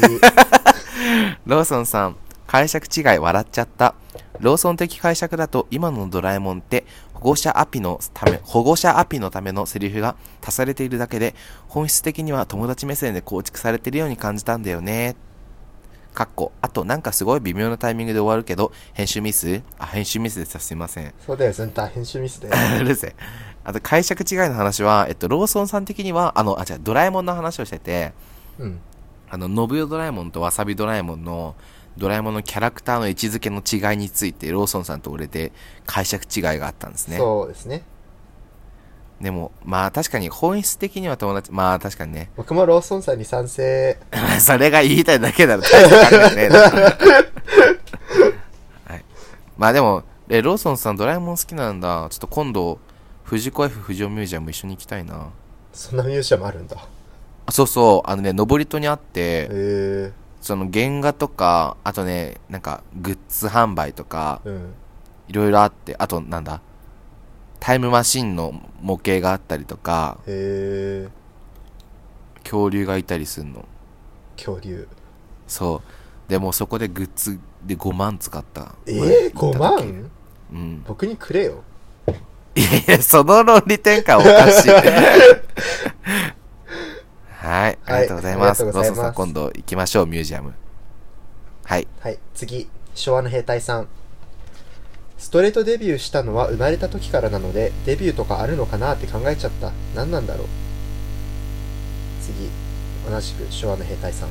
[SPEAKER 2] ローソンさん。解釈違い笑っちゃった。ローソン的解釈だと今のドラえもんって保護者アピのため、保護者アピのためのセリフが足されているだけで、本質的には友達目線で構築されているように感じたんだよね。かっこ、あとなんかすごい微妙なタイミングで終わるけど、編集ミスあ、編集ミスでした。すいません。 *laughs*
[SPEAKER 1] そうだよ、全体編集ミスで。
[SPEAKER 2] うるせえ。あと解釈違いの話は、えっと、ローソンさん的には、あの、あ、違う、ドラえもんの話をしてて、
[SPEAKER 1] うん。
[SPEAKER 2] あの、信代ドラえもんとわさびドラえもんの、ドラえもんのキャラクターの位置づけの違いについて、ローソンさんと俺で解釈違いがあったんですね。
[SPEAKER 1] そうですね。
[SPEAKER 2] でも、まあ確かに本質的には友達、まあ確かにね。
[SPEAKER 1] 僕もローソンさんに賛成。
[SPEAKER 2] *laughs* それが言いたいだけだろ。大した考えねえだろはい。まあでも、え、ローソンさんドラえもん好きなんだ。ちょっと今度、藤子 F 不二雄ミュージアム一緒に行きたいな。
[SPEAKER 1] そんなミュージアムあるんだ。
[SPEAKER 2] あそうそう、あのね、登戸にあって、
[SPEAKER 1] へえ
[SPEAKER 2] その原画とか、あとね、なんかグッズ販売とか、
[SPEAKER 1] うん。
[SPEAKER 2] いろいろあって、あとなんだ、タイムマシンの模型があったりとか
[SPEAKER 1] へえ
[SPEAKER 2] 恐竜がいたりすんの
[SPEAKER 1] 恐竜
[SPEAKER 2] そうでもうそこでグッズで5万使った
[SPEAKER 1] えー、
[SPEAKER 2] 行
[SPEAKER 1] 5
[SPEAKER 2] った時
[SPEAKER 1] 万
[SPEAKER 2] うん
[SPEAKER 1] 僕にくれよ
[SPEAKER 2] いやいやその論理転換おかしいはいありがとうございます,、
[SPEAKER 1] ありがとう
[SPEAKER 2] ロ
[SPEAKER 1] ございます
[SPEAKER 2] ソさん今度行きましょうミュージアムはい
[SPEAKER 1] はい次昭和の兵隊さんストレートデビューしたのは生まれた時からなのでデビューとかあるのかなって考えちゃった何なんだろう次同じく昭和の兵隊さん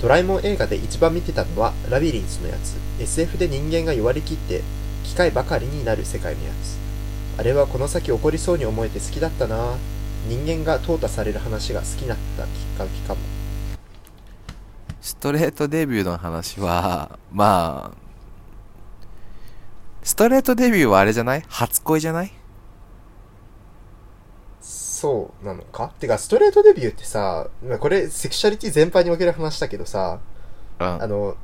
[SPEAKER 1] ドラえもん映画で一番見てたのはラビリンスのやつ SF で人間が弱り切って機械ばかりになる世界のやつあれはこの先起こりそうに思えて好きだったな人間が淘汰される話が好きだったきっかけかも
[SPEAKER 2] ストレートデビューの話はまあストレートデビューはあれじゃない初恋じゃない
[SPEAKER 1] そうなのかてか、ストレートデビューってさ、まあこれ、セクシャリティ全般における話だけどさ、
[SPEAKER 2] うん
[SPEAKER 1] あの、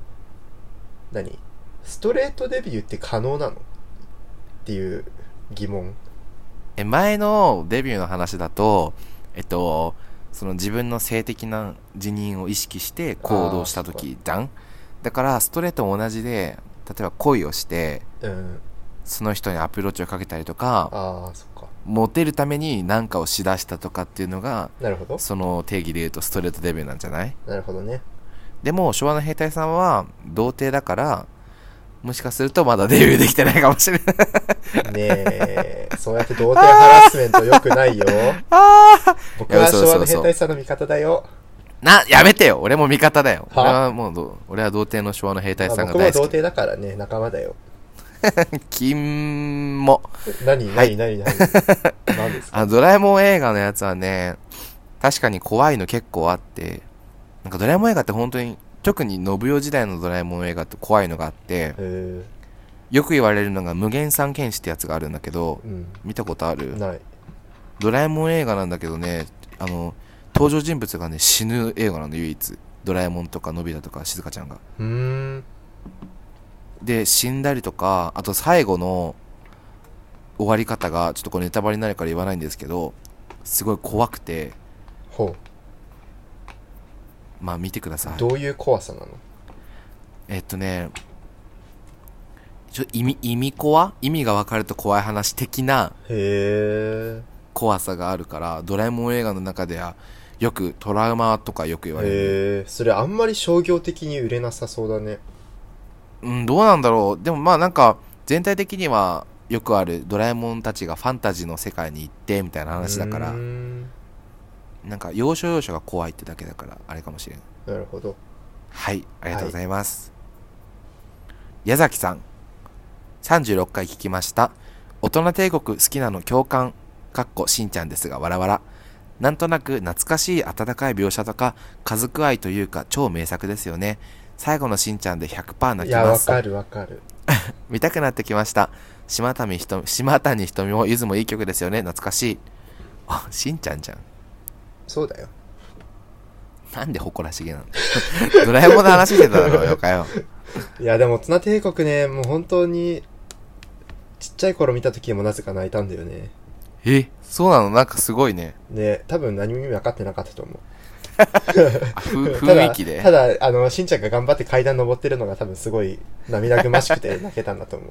[SPEAKER 1] 何ストレートデビューって可能なのっていう疑問。
[SPEAKER 2] え前のデビューの話だとえっとその自分の性的な自認を意識して行動した時じゃんだからストレートも同じで例えば恋をして
[SPEAKER 1] うん。
[SPEAKER 2] その人にアプローチをかけたりとか
[SPEAKER 1] ああ、そっか。
[SPEAKER 2] モテるために何かをしだしたとかっていうのが
[SPEAKER 1] なるほど。
[SPEAKER 2] その定義で言うとストレートデビューなんじゃない
[SPEAKER 1] なるほどね。
[SPEAKER 2] でも昭和の兵隊さんは童貞だからもしかするとまだデビューできてないかもしれない *laughs*
[SPEAKER 1] ねえ、そうやって童貞ハラスメント良くない
[SPEAKER 2] *laughs*
[SPEAKER 1] よ。僕は昭和の兵隊さんの味方だよ。
[SPEAKER 2] なやめてよ俺も味方だよ
[SPEAKER 1] は
[SPEAKER 2] 俺はもうど俺は童貞の昭和の兵隊さん
[SPEAKER 1] まあ
[SPEAKER 2] が
[SPEAKER 1] 僕も
[SPEAKER 2] 大
[SPEAKER 1] 童
[SPEAKER 2] 好き
[SPEAKER 1] 貞だからね、仲間だよ。
[SPEAKER 2] 金も
[SPEAKER 1] 何
[SPEAKER 2] は
[SPEAKER 1] 何
[SPEAKER 2] い
[SPEAKER 1] 何何何ですか
[SPEAKER 2] *laughs* あドラえもん映画のやつはね確かに怖いの結構あってなんかドラえもん映画って本当に特に信代時代のドラえもん映画って怖いのがあって
[SPEAKER 1] へえ
[SPEAKER 2] よく言われるのが無限三剣士ってやつがあるんだけど
[SPEAKER 1] うん。
[SPEAKER 2] 見たことある
[SPEAKER 1] ない。
[SPEAKER 2] ドラえもん映画なんだけどねあの登場人物がね死ぬ映画なんで唯一ドラえもんとかのび太とか静香ちゃんが
[SPEAKER 1] うーん。
[SPEAKER 2] で死んだりとかあと最後の終わり方がちょっとこれネタバレになるから言わないんですけどすごい怖くて
[SPEAKER 1] ほう。
[SPEAKER 2] まあ見てください
[SPEAKER 1] どういう怖さなの
[SPEAKER 2] えっとねちょ意味意味怖意味が分かると怖い話的な
[SPEAKER 1] へえ
[SPEAKER 2] 怖さがあるからドラえもん映画の中ではよくトラウマとかよく言われる
[SPEAKER 1] へえそれあんまり商業的に売れなさそうだね
[SPEAKER 2] うん、どうなんだろう。でもまあなんか、全体的にはよくあるドラえもんたちがファンタジーの世界に行ってみたいな話だか
[SPEAKER 1] う
[SPEAKER 2] ら
[SPEAKER 1] ー、ん
[SPEAKER 2] なんか要所要所が怖いってだけだから、あれかもしれん。
[SPEAKER 1] なるほど
[SPEAKER 2] はい、ありがとうございます。矢崎さん、36回聞きました。大人帝国好きなの共感、かっこしんちゃんですが、わらわら。なんとなく懐かしい温かい描写とか、家族愛というか超名作ですよね。最後のしんちゃんで100%泣
[SPEAKER 1] い
[SPEAKER 2] き
[SPEAKER 1] や
[SPEAKER 2] ま
[SPEAKER 1] わ
[SPEAKER 2] す。
[SPEAKER 1] かるわかる
[SPEAKER 2] 見たくなってきました島谷ひと島谷ひとみもゆずもいい曲ですよね懐かしいあしんちゃんじゃん
[SPEAKER 1] そうだよ
[SPEAKER 2] なんで誇らしげなの *laughs* ドラえもんの話してただろうよかよ
[SPEAKER 1] いやでも大人帝国ねもう本当にちっちゃい頃見た時もなぜか泣いたんだよね
[SPEAKER 2] えそうなのなんかすごいね
[SPEAKER 1] で多分何も意味分かってなかったと思う
[SPEAKER 2] あ
[SPEAKER 1] *laughs*
[SPEAKER 2] ふ
[SPEAKER 1] ただ
[SPEAKER 2] 雰囲気で
[SPEAKER 1] ただあのしんちゃんが頑張って階段登ってるのが多分すごい涙ぐましく *laughs* て泣けたんだと思う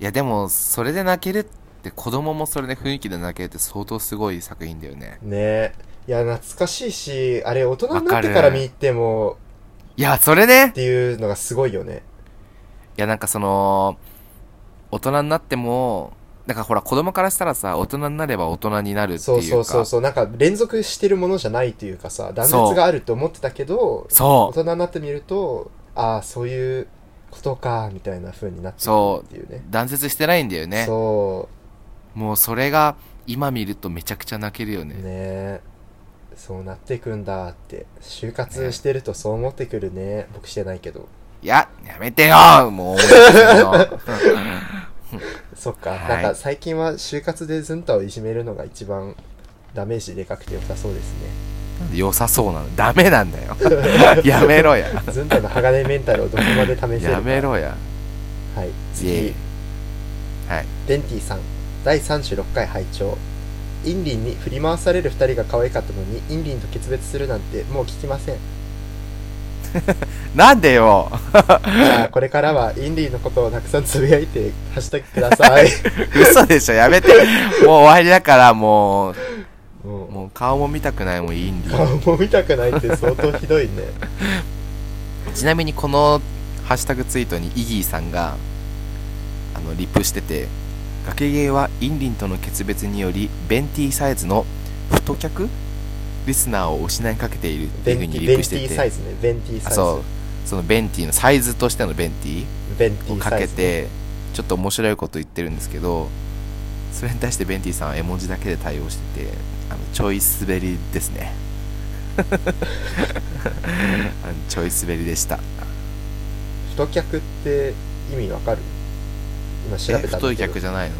[SPEAKER 2] いやでもそれで泣けるって子供もそれで雰囲気で泣けるって相当すごい作品だよね
[SPEAKER 1] ねいや懐かしいしあれ大人になってから見に行っても
[SPEAKER 2] いやそれね
[SPEAKER 1] っていうのがすごいよね
[SPEAKER 2] いやなんかその大人になってもなんかほら子供からしたらさ大人になれば大人になるっていう
[SPEAKER 1] そ
[SPEAKER 2] か
[SPEAKER 1] うそうそうそうなんか連続してるものじゃないというかさ断
[SPEAKER 2] そう
[SPEAKER 1] 絶があると思ってたけど
[SPEAKER 2] そう
[SPEAKER 1] 大人になってみるとああそういうことかみたいな風になってく
[SPEAKER 2] そう
[SPEAKER 1] るっていうね
[SPEAKER 2] 断絶してないんだよね
[SPEAKER 1] そ
[SPEAKER 2] もうそれが今見るとめちゃくちゃ泣けるよ
[SPEAKER 1] う
[SPEAKER 2] ね
[SPEAKER 1] ねそうなってくんだって就活してるとそう思ってくるね僕してないけど
[SPEAKER 2] いややめてよもう思い出すよ
[SPEAKER 1] そっか、
[SPEAKER 2] はい
[SPEAKER 1] なんか最近は就活でズンタをいじめるのが一番ダメージでかくて良さそうですね
[SPEAKER 2] 良さそうなのダメな
[SPEAKER 1] *laughs*
[SPEAKER 2] んだよやめろや
[SPEAKER 1] ズンタの鋼メンタルをどこま
[SPEAKER 2] *laughs*
[SPEAKER 1] で試せるか
[SPEAKER 2] やめろや
[SPEAKER 1] はい
[SPEAKER 2] イエ
[SPEAKER 1] 次
[SPEAKER 2] イはい
[SPEAKER 1] デンティさん第36回拝聴インリンに振り回される2人が可愛かったのにインリンと決別するなんてもう聞き
[SPEAKER 2] *laughs*
[SPEAKER 1] ません
[SPEAKER 2] なんでよ
[SPEAKER 1] じゃあこれからはインリンのことをたくさんつぶやいて「ハッシュタグくださ
[SPEAKER 2] *laughs*
[SPEAKER 1] い」
[SPEAKER 2] 嘘でしょやめてもう終わりだからも
[SPEAKER 1] も
[SPEAKER 2] う
[SPEAKER 1] う
[SPEAKER 2] もう顔も見たくないもんインディ
[SPEAKER 1] 顔も見たくないって相当ひどい
[SPEAKER 2] *laughs*
[SPEAKER 1] ね
[SPEAKER 2] ちなみにこのハッシュタグツイートにイギーさんがあのリプしてて崖芸はインリンとの決別によりベンティサイズの太客リスナーを失いかけているってい
[SPEAKER 1] ベ
[SPEAKER 2] う
[SPEAKER 1] ン
[SPEAKER 2] ふう
[SPEAKER 1] テ
[SPEAKER 2] に
[SPEAKER 1] ィ
[SPEAKER 2] リ
[SPEAKER 1] ベン
[SPEAKER 2] プ
[SPEAKER 1] テ
[SPEAKER 2] して
[SPEAKER 1] ィ
[SPEAKER 2] て
[SPEAKER 1] サイズねベンティサイ
[SPEAKER 2] あ
[SPEAKER 1] ズ
[SPEAKER 2] そうそのベンティのサイズとしてのベンティ
[SPEAKER 1] ベンテ
[SPEAKER 2] を
[SPEAKER 1] ィ
[SPEAKER 2] か
[SPEAKER 1] サイ
[SPEAKER 2] け
[SPEAKER 1] ズ、
[SPEAKER 2] てちょっと面白いこと言ってるんですけどそれに対してベンティさんは絵文字だけで対応しててあのちょい滑りです
[SPEAKER 1] *laughs*
[SPEAKER 2] ねあのちょい滑りでした
[SPEAKER 1] 太客って意味わかる今調べ
[SPEAKER 2] え
[SPEAKER 1] たん
[SPEAKER 2] 太
[SPEAKER 1] だ
[SPEAKER 2] い
[SPEAKER 1] けど
[SPEAKER 2] 客じゃないの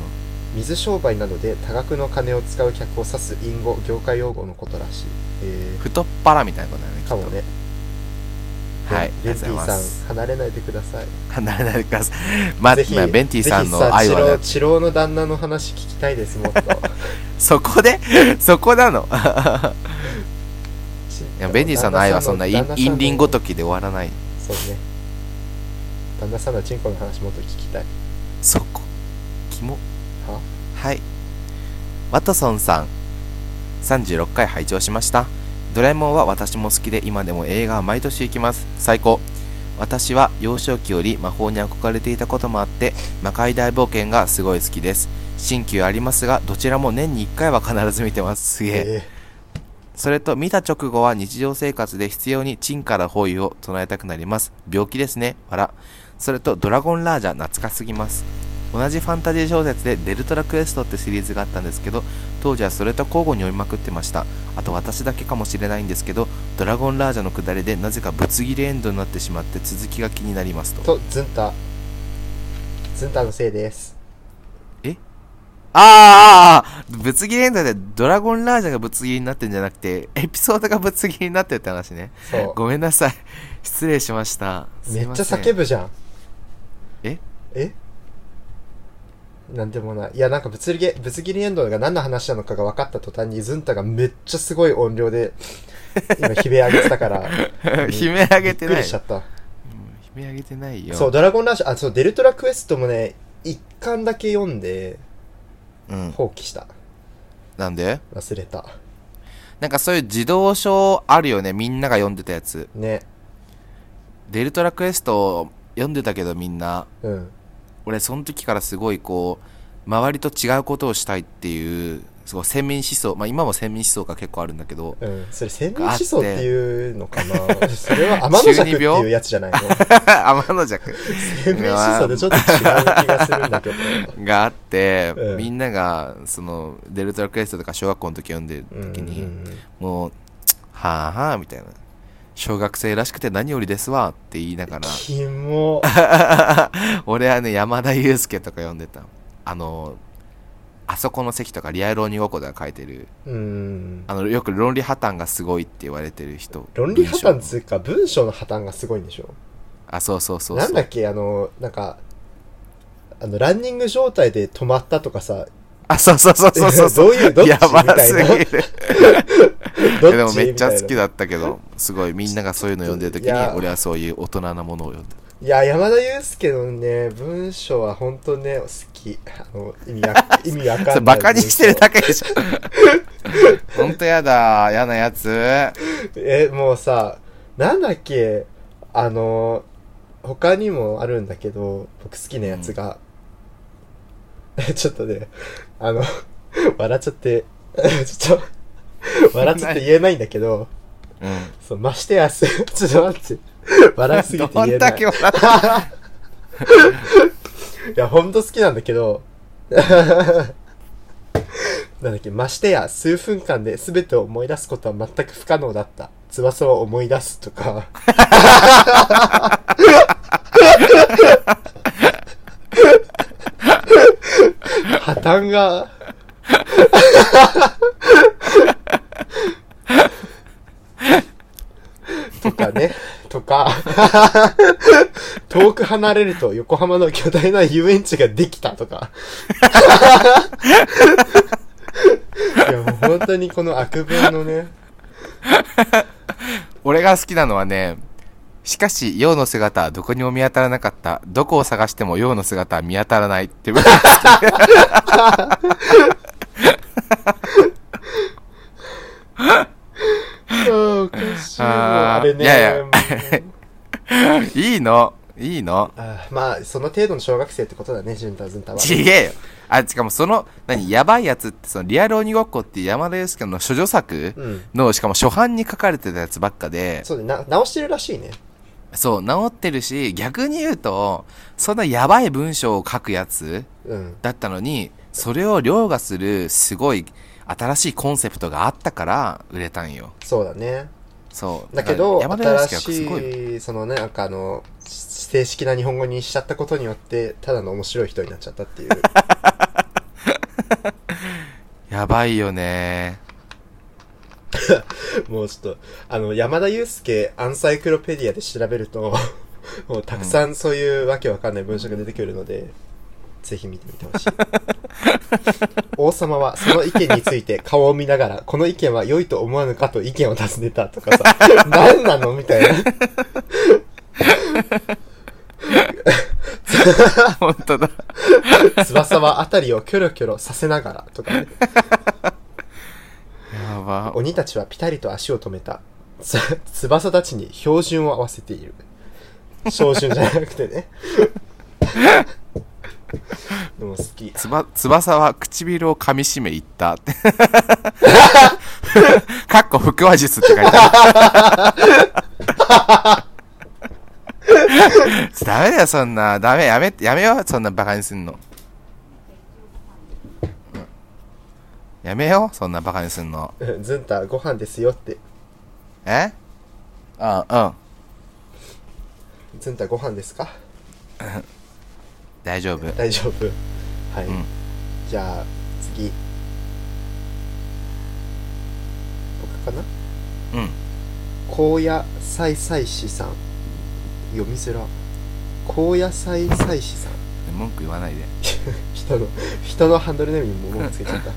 [SPEAKER 1] 水商売などで多額の金を使う客を指す隠語業界用語のことらしいえ
[SPEAKER 2] 太っ腹みたいなことだよねき
[SPEAKER 1] ー、
[SPEAKER 2] っ
[SPEAKER 1] かも
[SPEAKER 2] と
[SPEAKER 1] ね
[SPEAKER 2] はいあり
[SPEAKER 1] ベン
[SPEAKER 2] がと
[SPEAKER 1] テ
[SPEAKER 2] うご
[SPEAKER 1] ィ
[SPEAKER 2] ざいま
[SPEAKER 1] さ
[SPEAKER 2] す
[SPEAKER 1] ん離れないでください
[SPEAKER 2] 離れないでくださいま
[SPEAKER 1] ぜひ
[SPEAKER 2] まあベンティさんの
[SPEAKER 1] ぜひ
[SPEAKER 2] 愛はね
[SPEAKER 1] 治郎治郎の旦那の話聞きたいです
[SPEAKER 2] *laughs*
[SPEAKER 1] もっと
[SPEAKER 2] そこで *laughs* そこなの *laughs*
[SPEAKER 1] ち
[SPEAKER 2] いやベンティさんの愛はそんなイン
[SPEAKER 1] 旦那さんの
[SPEAKER 2] インリンごときで終わらない
[SPEAKER 1] そうね旦那さんのチンコの話もっと聞きたい
[SPEAKER 2] そこキモ
[SPEAKER 1] は
[SPEAKER 2] はい。ワトソンさん、36回拝聴しました。ドラえもんは私も好きで今でも映画は毎年行きます。最高。私は幼少期より魔法に憧れていたこともあって、魔界大冒険がすごい好きです。新旧ありますが、どちらも年に1回は必ず見てます。すげえ。
[SPEAKER 1] え
[SPEAKER 2] それと見た直後は日常生活で必要にチンから包囲を唱えたくなります。病気ですね。笑。それとドラゴンラージャ懐かすぎます。同じファンタジー小説でデルトラクエストってシリーズがあったんですけど、当時はそれと交互に読みまくってました。あと私だけかもしれないんですけど、ドラゴンラージャの下りでなぜかぶつ切りエンドになってしまって続きが気になります
[SPEAKER 1] ー
[SPEAKER 2] と。
[SPEAKER 1] とズンタズンタのせいです
[SPEAKER 2] あーあーあーぶつ切りエンドでドラゴンラージャがぶつ切りになってんじゃなくて、エピソードがぶつ切りになってるって話ね。
[SPEAKER 1] そう
[SPEAKER 2] ごめんなさい。失礼しました。
[SPEAKER 1] めっちゃ叫
[SPEAKER 2] ぶ。
[SPEAKER 1] ぶじゃん
[SPEAKER 2] え
[SPEAKER 1] えなんでもないいやなんかぶつ切りぶつ切りエンドが何の話なのかが分かった途端にズンタがめっちゃすごい音量で今悲鳴上げてたから
[SPEAKER 2] *laughs* *laughs* 悲鳴上げて
[SPEAKER 1] びっく
[SPEAKER 2] ない。
[SPEAKER 1] りしちゃった
[SPEAKER 2] うん悲鳴上げてないよ。
[SPEAKER 1] そうドラゴンラッシュあそうデルトラクエストもね一巻だけ読んで
[SPEAKER 2] うん。
[SPEAKER 1] 放棄した
[SPEAKER 2] なんで
[SPEAKER 1] 忘れた
[SPEAKER 2] なんかそういう自動書あるよね。みんなが読んでたやつ。
[SPEAKER 1] ね
[SPEAKER 2] デルトラクエスト読んでたけどみんな。
[SPEAKER 1] うん
[SPEAKER 2] 俺その時からすごいこう、周りと違うことをしたいっていう、すごい先民思想。まあ今も先民思想が結構あるんだけど、
[SPEAKER 1] *laughs* うんそれ先民思想っていうのかなそれは天の
[SPEAKER 2] 中
[SPEAKER 1] 尺っ
[SPEAKER 2] 二
[SPEAKER 1] て
[SPEAKER 2] 病
[SPEAKER 1] いうやつじゃない
[SPEAKER 2] *laughs*
[SPEAKER 1] の
[SPEAKER 2] 天の弱
[SPEAKER 1] 先民思想でちょっと違う気がするんだけど
[SPEAKER 2] があって、
[SPEAKER 1] うん
[SPEAKER 2] みんなが、その、デルトラクエストとか小学校の時読んでる時
[SPEAKER 1] う
[SPEAKER 2] に、
[SPEAKER 1] んうんうん
[SPEAKER 2] もう、はあはあみたいな。小学生らしくて何よりですわって言いなが
[SPEAKER 1] キ
[SPEAKER 2] *laughs*
[SPEAKER 1] モ
[SPEAKER 2] ら。俺はね、山田祐介とか読んでた。あの、あそこの席とか、リアル鬼ごっこでは書いてる、
[SPEAKER 1] うん
[SPEAKER 2] あの、よく論理破綻がすごいって言われてる人。
[SPEAKER 1] 論理破綻つ
[SPEAKER 2] 文章の
[SPEAKER 1] うか文章の破綻がすごいんでしょ
[SPEAKER 2] あ、そうそうそうそう。
[SPEAKER 1] なんだっけあのなんかあのランニング状態で止まったとかさ
[SPEAKER 2] あ、そうそうそうそうそう。
[SPEAKER 1] *laughs* どういうどっち
[SPEAKER 2] やば
[SPEAKER 1] みたい
[SPEAKER 2] す
[SPEAKER 1] な
[SPEAKER 2] ぎる。
[SPEAKER 1] どっち
[SPEAKER 2] でもめっちゃ好き
[SPEAKER 1] み
[SPEAKER 2] だったけど、すごいみんながそういうの読んでる時に
[SPEAKER 1] いや、
[SPEAKER 2] 俺はそういう大人なものを読んでる。
[SPEAKER 1] たいないや山田裕介のね文章は本当ね好きあの意味わ意味わかんな
[SPEAKER 2] *laughs* そ
[SPEAKER 1] い
[SPEAKER 2] れバカにしてる
[SPEAKER 1] 文章
[SPEAKER 2] だけでしょ。 *laughs* ほんとやだ、嫌なやつ。
[SPEAKER 1] えもうさなんだっけあの他にもあるんだけど僕好きなやつが、 *laughs* ちょっとねあの *laughs* 笑っちゃって *laughs* ちょっと笑っちゃって言えないんだけど
[SPEAKER 2] うん。
[SPEAKER 1] そうましてやす *laughs* ちょっと待って笑いすぎて
[SPEAKER 2] ど
[SPEAKER 1] 言え
[SPEAKER 2] ん
[SPEAKER 1] な
[SPEAKER 2] だ
[SPEAKER 1] い
[SPEAKER 2] け笑っ
[SPEAKER 1] *laughs* いやほんと好きなんだけど *laughs* なんだっけましてや数分間で全てを思い出すことは全く不可能だった翼を思い出すとか *laughs* 破綻が。 *laughs* とかね。とか。と遠く離れると横浜の巨大な遊園地ができたと
[SPEAKER 2] *laughs*
[SPEAKER 1] か。いやもう本当にこの悪文のね、
[SPEAKER 2] 俺が好きなのはねしかし陽の姿はどこにも見当たらなかったどこを探しても陽の姿は見当たらないっていう
[SPEAKER 1] ああおかしいな
[SPEAKER 2] あー
[SPEAKER 1] あれね。
[SPEAKER 2] いやいや
[SPEAKER 1] もう
[SPEAKER 2] *laughs* いいのいいの
[SPEAKER 1] あーまあ、その程度の小学生ってことだね、ジュンタズンタは。
[SPEAKER 2] ちげえよあしかもその何やばいやつってそのリアル鬼ごっこっていう山田裕介の処女作
[SPEAKER 1] うん。
[SPEAKER 2] のしかも初版に書かれてたやつばっかで
[SPEAKER 1] そうで、な、直してるらしいね。
[SPEAKER 2] そう治ってるし逆に言うとそんなやばい文章を書くやつ
[SPEAKER 1] うん。
[SPEAKER 2] だったのにそれを凌駕するすごい新しいコンセプトがあったから売れたんよ
[SPEAKER 1] そうだね。
[SPEAKER 2] そう
[SPEAKER 1] だけど、
[SPEAKER 2] から山田
[SPEAKER 1] 新
[SPEAKER 2] 裕
[SPEAKER 1] し
[SPEAKER 2] 介はすごい
[SPEAKER 1] い、そのね、なんかあの、し正式な日本語にしちゃったことによって、ただの面白い人になっちゃったっていう。
[SPEAKER 2] やばいよね *laughs*
[SPEAKER 1] もうちょっと、あの、山田祐介アンサイクロペディアで調べると、 *laughs* もうたくさんそういうわけわかんない文章が出てくるので、ぜひ見てみてほしい。王様はその意見について顔を見ながら、この意見は良いと思わぬかと意見を尋ねたとかさ、 *laughs* 何なのみたいな。
[SPEAKER 2] 本当だ
[SPEAKER 1] 翼はあたりをキョロキョロさせながらとかね、
[SPEAKER 2] やば
[SPEAKER 1] 鬼たちはピタリと足を止めた。つ *laughs* 翼たちに標準を合わせている。標準じゃなくてね。 *laughs* でも好き。 *laughs*
[SPEAKER 2] つば翼は唇を噛みしめ言ったってかっこ腹話術って書いてある *laughs* ダメだよそんなダメやめやめようそんなバカにすんのうんやめようそんなバカにすんの
[SPEAKER 1] うんズンタ、ご飯ですよって。
[SPEAKER 2] えあうん
[SPEAKER 1] ズンタ、ご飯ですか
[SPEAKER 2] 大丈夫
[SPEAKER 1] 大丈夫。はい。
[SPEAKER 2] うん
[SPEAKER 1] じゃあ、次。僕かな
[SPEAKER 2] うん
[SPEAKER 1] 高野菜菜師さん。読みづら。高野菜菜師さん。
[SPEAKER 2] 文句言わないで
[SPEAKER 1] 人の人のハンドルネームにも文句つけちゃった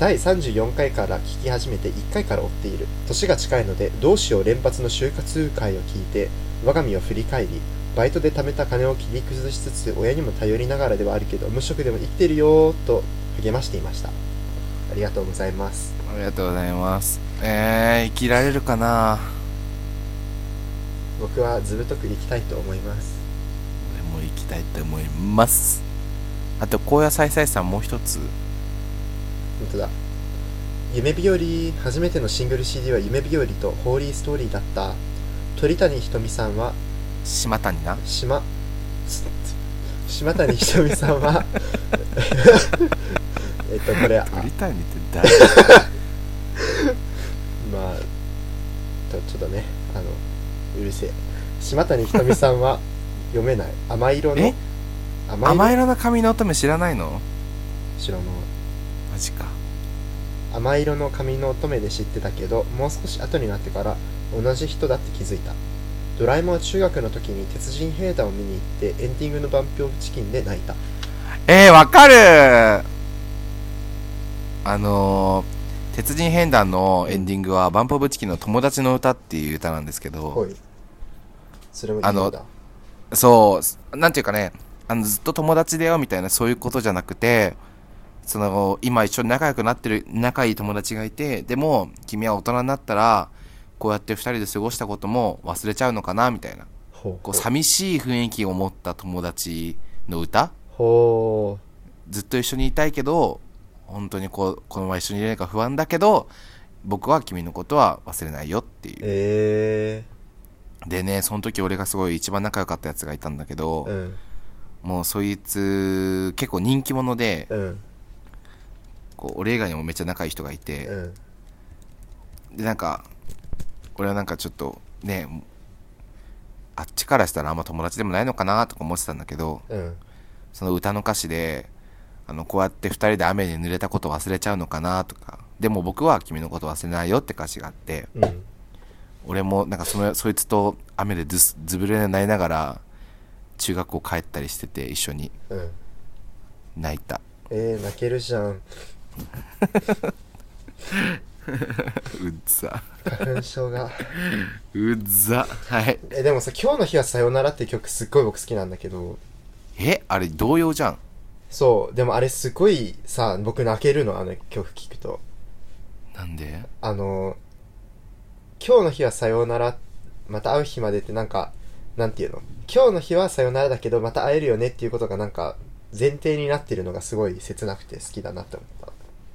[SPEAKER 1] 第34回から聞き始めて1回から追っている年が近いので同志を連発の就活会を聞いて我が身を振り返りバイトで貯めた金を切り崩しつつ親にも頼りながらではあるけど無職でも生きてるよーと励ましていましたありがとうございます
[SPEAKER 2] ありがとうございますえー、生きられるかな
[SPEAKER 1] 僕はずぶとく生きたいと思います
[SPEAKER 2] 俺も行きたいと思いますあと高野菜菜さんもう一つ
[SPEAKER 1] 本当だ夢日和初めてのシングル CD は夢日和とホーリーストーリーだった鳥谷ひとみさんは
[SPEAKER 2] 島谷な
[SPEAKER 1] 島つ島谷ひとみさん
[SPEAKER 2] *laughs*
[SPEAKER 1] はえっとこれあ
[SPEAKER 2] 鳥谷って誰
[SPEAKER 1] まあとちょっとねあのうるせえ島谷ひとみさんは読めない甘い色の
[SPEAKER 2] え
[SPEAKER 1] 甘
[SPEAKER 2] 甘
[SPEAKER 1] い
[SPEAKER 2] 色の髪の乙女知らないの
[SPEAKER 1] 白の
[SPEAKER 2] マジか
[SPEAKER 1] 甘い色の髪の乙女で知ってたけどもう少し後になってから同じ人だって気づいたドラえもんは中学の時に鉄人兵団を見に行ってエンディングの万票チキンで泣いた
[SPEAKER 2] えー、わかるあのー、鉄人変談のエンディングは、バンポブチキンの友達の歌っていう歌なんですけど、
[SPEAKER 1] ほいそれもいいんだ
[SPEAKER 2] そう、なんていうかね、あのずっと友達だよみたいな、そういうことじゃなくて、その、今一緒に仲良くなってる、仲いい友達がいて、でも、君は大人になったら、こうやって二人で過ごしたことも忘れちゃうのかな、みたいな。
[SPEAKER 1] ほう
[SPEAKER 2] こう、寂しい雰囲気を持った友達の歌
[SPEAKER 1] ほう
[SPEAKER 2] ずっと一緒にいたいけど、本当にこう、このまま一緒にいれないか不安だけど、僕は君のことは忘れないよっていう。
[SPEAKER 1] え
[SPEAKER 2] でね、その時俺がすごい一番仲良かったやつがいたんだけど、
[SPEAKER 1] えうん
[SPEAKER 2] もうそいつ結構人気者で
[SPEAKER 1] うん
[SPEAKER 2] こう俺以外にもめっちゃ仲いい人がいて、
[SPEAKER 1] うん
[SPEAKER 2] でなんか俺はなんかちょっとねあっちからしたらあんま友達でもないのかなとか思ってたんだけど
[SPEAKER 1] うん
[SPEAKER 2] その歌の歌詞であのこうやって2人で雨に濡れたこと忘れちゃうのかなとかでも僕は君のこと忘れないよって歌詞があって
[SPEAKER 1] うん
[SPEAKER 2] 俺もなんかそのそいつと雨でずずぶ濡れになりながら中学校帰ったりしてて一緒に
[SPEAKER 1] うん
[SPEAKER 2] 泣いた
[SPEAKER 1] えー、泣けるじゃん
[SPEAKER 2] うっざ
[SPEAKER 1] 花粉症が
[SPEAKER 2] うっざはい
[SPEAKER 1] えでもさ「今日の日はさよなら」って曲すっごい僕好きなんだけど
[SPEAKER 2] えあれ童謡じゃん
[SPEAKER 1] そうでもあれすごいさ僕泣けるのあの曲聴くと
[SPEAKER 2] なんで
[SPEAKER 1] あの「今日の日はさようなら」また会う日までってなんかなんていうの今日の日はさようならだけどまた会えるよねっていうことがなんか前提になってるのがすごい切なくて好きだなって思った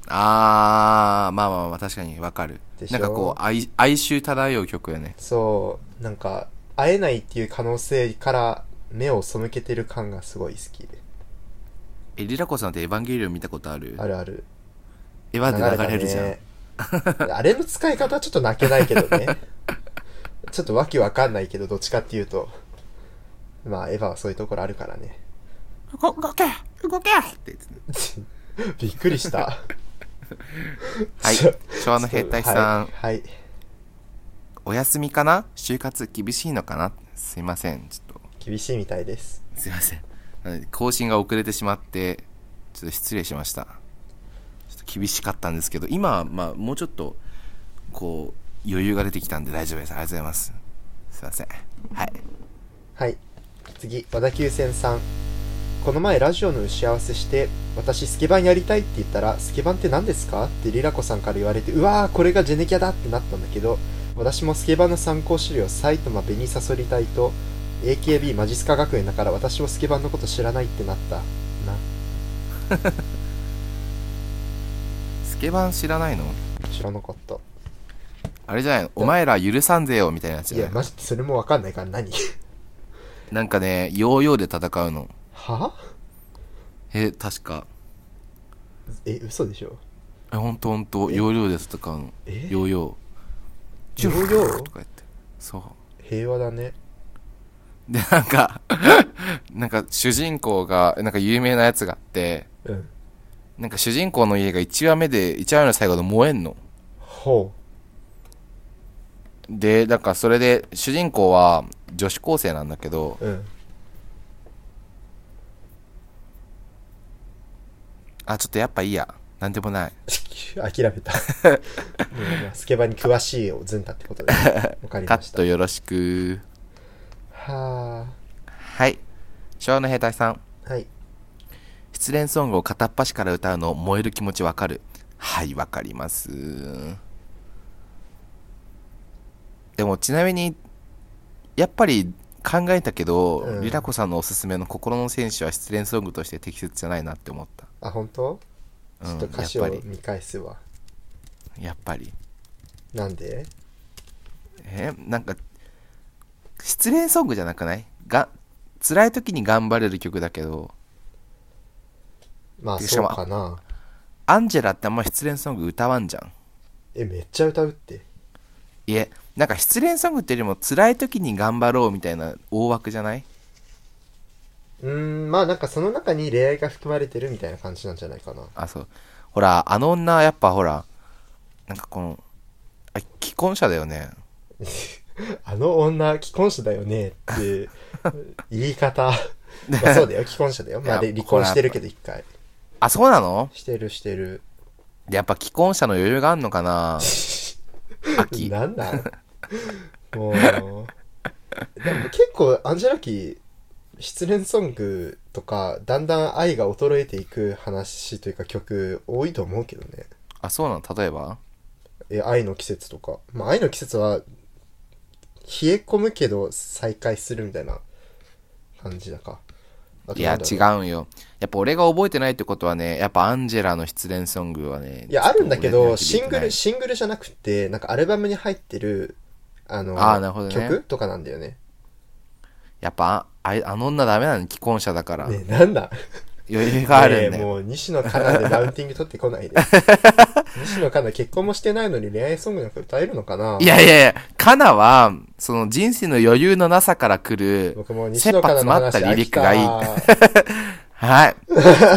[SPEAKER 2] あーまあまあまあ確かにわかる
[SPEAKER 1] でしょ
[SPEAKER 2] なんかこう哀哀愁漂う曲やね
[SPEAKER 1] そうなんか会えないっていう可能性から目を背けてる感がすごい好き
[SPEAKER 2] えリラコさんって「エヴァンゲリオン」見たことある
[SPEAKER 1] あるある
[SPEAKER 2] エヴァで流れるじゃん、
[SPEAKER 1] たね *laughs* あれの使い方はちょっと泣けないけどね *laughs* ちょっとわけわかんないけどどっちかっていうとまあエヴァはそういうところあるからね *laughs*
[SPEAKER 2] 動け動けって言って *laughs* ね
[SPEAKER 1] びっくりした
[SPEAKER 2] はい
[SPEAKER 1] *laughs* ちょ
[SPEAKER 2] 昭和の兵隊さん、
[SPEAKER 1] はい、はい
[SPEAKER 2] お休みかな就活厳しいのかなすいませんちょっと
[SPEAKER 1] 厳しいみたいです
[SPEAKER 2] すいませんあの更新が遅れてしまってちょっと失礼しましたちょっと厳しかったんですけど今はまあもうちょっとこう余裕が出てきたんで大丈夫ですありがとうございますすいませんはい
[SPEAKER 1] はい次和田急線さんこの前ラジオの打ち合わせして私スケバンやりたいって言ったらスケバンって何ですかってリラコさんから言われてうわーこれがジェネキャだってなったんだけど私もスケバンの参考資料埼玉紅サソリ隊と AKB マジスカ学園だから私もスケバンのこと知らないってなったな
[SPEAKER 2] スケバン知らないの
[SPEAKER 1] 知らなかった
[SPEAKER 2] あれじゃないのお前ら許さんぜよみたいなやつ
[SPEAKER 1] い
[SPEAKER 2] じゃ
[SPEAKER 1] や
[SPEAKER 2] ない
[SPEAKER 1] マジでそれもわかんないから何 *laughs*
[SPEAKER 2] なんかねヨーヨーで戦うの
[SPEAKER 1] は
[SPEAKER 2] え確か
[SPEAKER 1] え嘘でしょ
[SPEAKER 2] えほんとほんとヨーヨーで戦うの
[SPEAKER 1] え
[SPEAKER 2] ヨーヨー
[SPEAKER 1] ヨーヨー
[SPEAKER 2] とかやってそう
[SPEAKER 1] 平和だね
[SPEAKER 2] で、なんか、 *laughs* なんか主人公が、なんか有名なやつがあって、
[SPEAKER 1] うん
[SPEAKER 2] なんか主人公の家が1話目で、1話目の最後で燃えんの。
[SPEAKER 1] ほ
[SPEAKER 2] で、なんかそれで、主人公は女子高生なんだけど、
[SPEAKER 1] ううん
[SPEAKER 2] あ、ちょっとやっぱいいや。なんでもない。
[SPEAKER 1] 諦め
[SPEAKER 2] *laughs*
[SPEAKER 1] たうんまあスケバンに詳しいをずんたってことで
[SPEAKER 2] *laughs*
[SPEAKER 1] わかり
[SPEAKER 2] カ
[SPEAKER 1] まし
[SPEAKER 2] ッ
[SPEAKER 1] た
[SPEAKER 2] ト
[SPEAKER 1] は
[SPEAKER 2] よろしく。
[SPEAKER 1] あ
[SPEAKER 2] はい。昭和の兵隊さん。
[SPEAKER 1] はい
[SPEAKER 2] 失恋ソングを片っ端から歌うの燃える気持ちわかる。はい、わかります。でもちなみに、やっぱり考えたけど、
[SPEAKER 1] うん
[SPEAKER 2] リラコさんのおすすめの心の戦士は失恋ソングとして適切じゃないなって思った。
[SPEAKER 1] あ本当
[SPEAKER 2] う
[SPEAKER 1] ちょ
[SPEAKER 2] ん
[SPEAKER 1] っと歌詞
[SPEAKER 2] やっ
[SPEAKER 1] を
[SPEAKER 2] ぱり、
[SPEAKER 1] 見返すわ、
[SPEAKER 2] やっぱり。
[SPEAKER 1] なんで
[SPEAKER 2] えーなんか、失恋ソングじゃなくないが、辛い時に頑張れる曲だけど、
[SPEAKER 1] まあ
[SPEAKER 2] で
[SPEAKER 1] そうかな
[SPEAKER 2] アンジェラってあんま失恋ソング歌わんじゃん。
[SPEAKER 1] えめっちゃ歌うって
[SPEAKER 2] いえなんか失恋ソングっていうよりも辛い時に頑張ろうみたいな大枠じゃないう
[SPEAKER 1] ーんまあなんかその中に恋愛が含まれてるみたいな感じなんじゃないかな
[SPEAKER 2] あそうほらあの女はやっぱほらなんかこのあ既婚者だよね
[SPEAKER 1] あの女既婚者だよねって
[SPEAKER 2] *laughs*
[SPEAKER 1] 言い方まあそうだよ既婚者だよまあ
[SPEAKER 2] い
[SPEAKER 1] で
[SPEAKER 2] や
[SPEAKER 1] 離婚してるけど一回
[SPEAKER 2] あそうなの
[SPEAKER 1] してるしてる
[SPEAKER 2] やっぱ既婚者の余裕があんのかな秋
[SPEAKER 1] *laughs* なんなんもうでも結構アンジェラキー失恋ソングとかだんだん愛が衰えていく話というか曲多いと思うけどね
[SPEAKER 2] あそうなの例えば
[SPEAKER 1] え愛の季節とか、まあ、愛の季節は冷え込むけど再会するみたいな感じだかあと
[SPEAKER 2] いや
[SPEAKER 1] なんだろ
[SPEAKER 2] 違うんよやっぱ俺が覚えてないってことはねやっぱアンジェラの失恋ソングはね
[SPEAKER 1] いやあるんだけ
[SPEAKER 2] ちょっと
[SPEAKER 1] ど
[SPEAKER 2] 俺に
[SPEAKER 1] シング
[SPEAKER 2] は響いてない
[SPEAKER 1] ルシングルじゃなくてなんかアルバムに入ってるあの
[SPEAKER 2] あーなるほどね
[SPEAKER 1] 曲とかなんだよね
[SPEAKER 2] やっぱあああの女ダメなの既婚者だから、
[SPEAKER 1] ねなんだ
[SPEAKER 2] 余裕があるん
[SPEAKER 1] ね
[SPEAKER 2] だ
[SPEAKER 1] え
[SPEAKER 2] よ
[SPEAKER 1] もう西野カナでマウンティング取ってこないで
[SPEAKER 2] *laughs*
[SPEAKER 1] 西野カナ結婚もしてないのに恋愛ソングなんか歌えるのかない
[SPEAKER 2] やいやいや、カナは、その人生の余裕のなさから来る、
[SPEAKER 1] 僕も西
[SPEAKER 2] 切
[SPEAKER 1] 野
[SPEAKER 2] 羽
[SPEAKER 1] カナ
[SPEAKER 2] 詰
[SPEAKER 1] の
[SPEAKER 2] まった
[SPEAKER 1] 話
[SPEAKER 2] リリックがいい。
[SPEAKER 1] 飽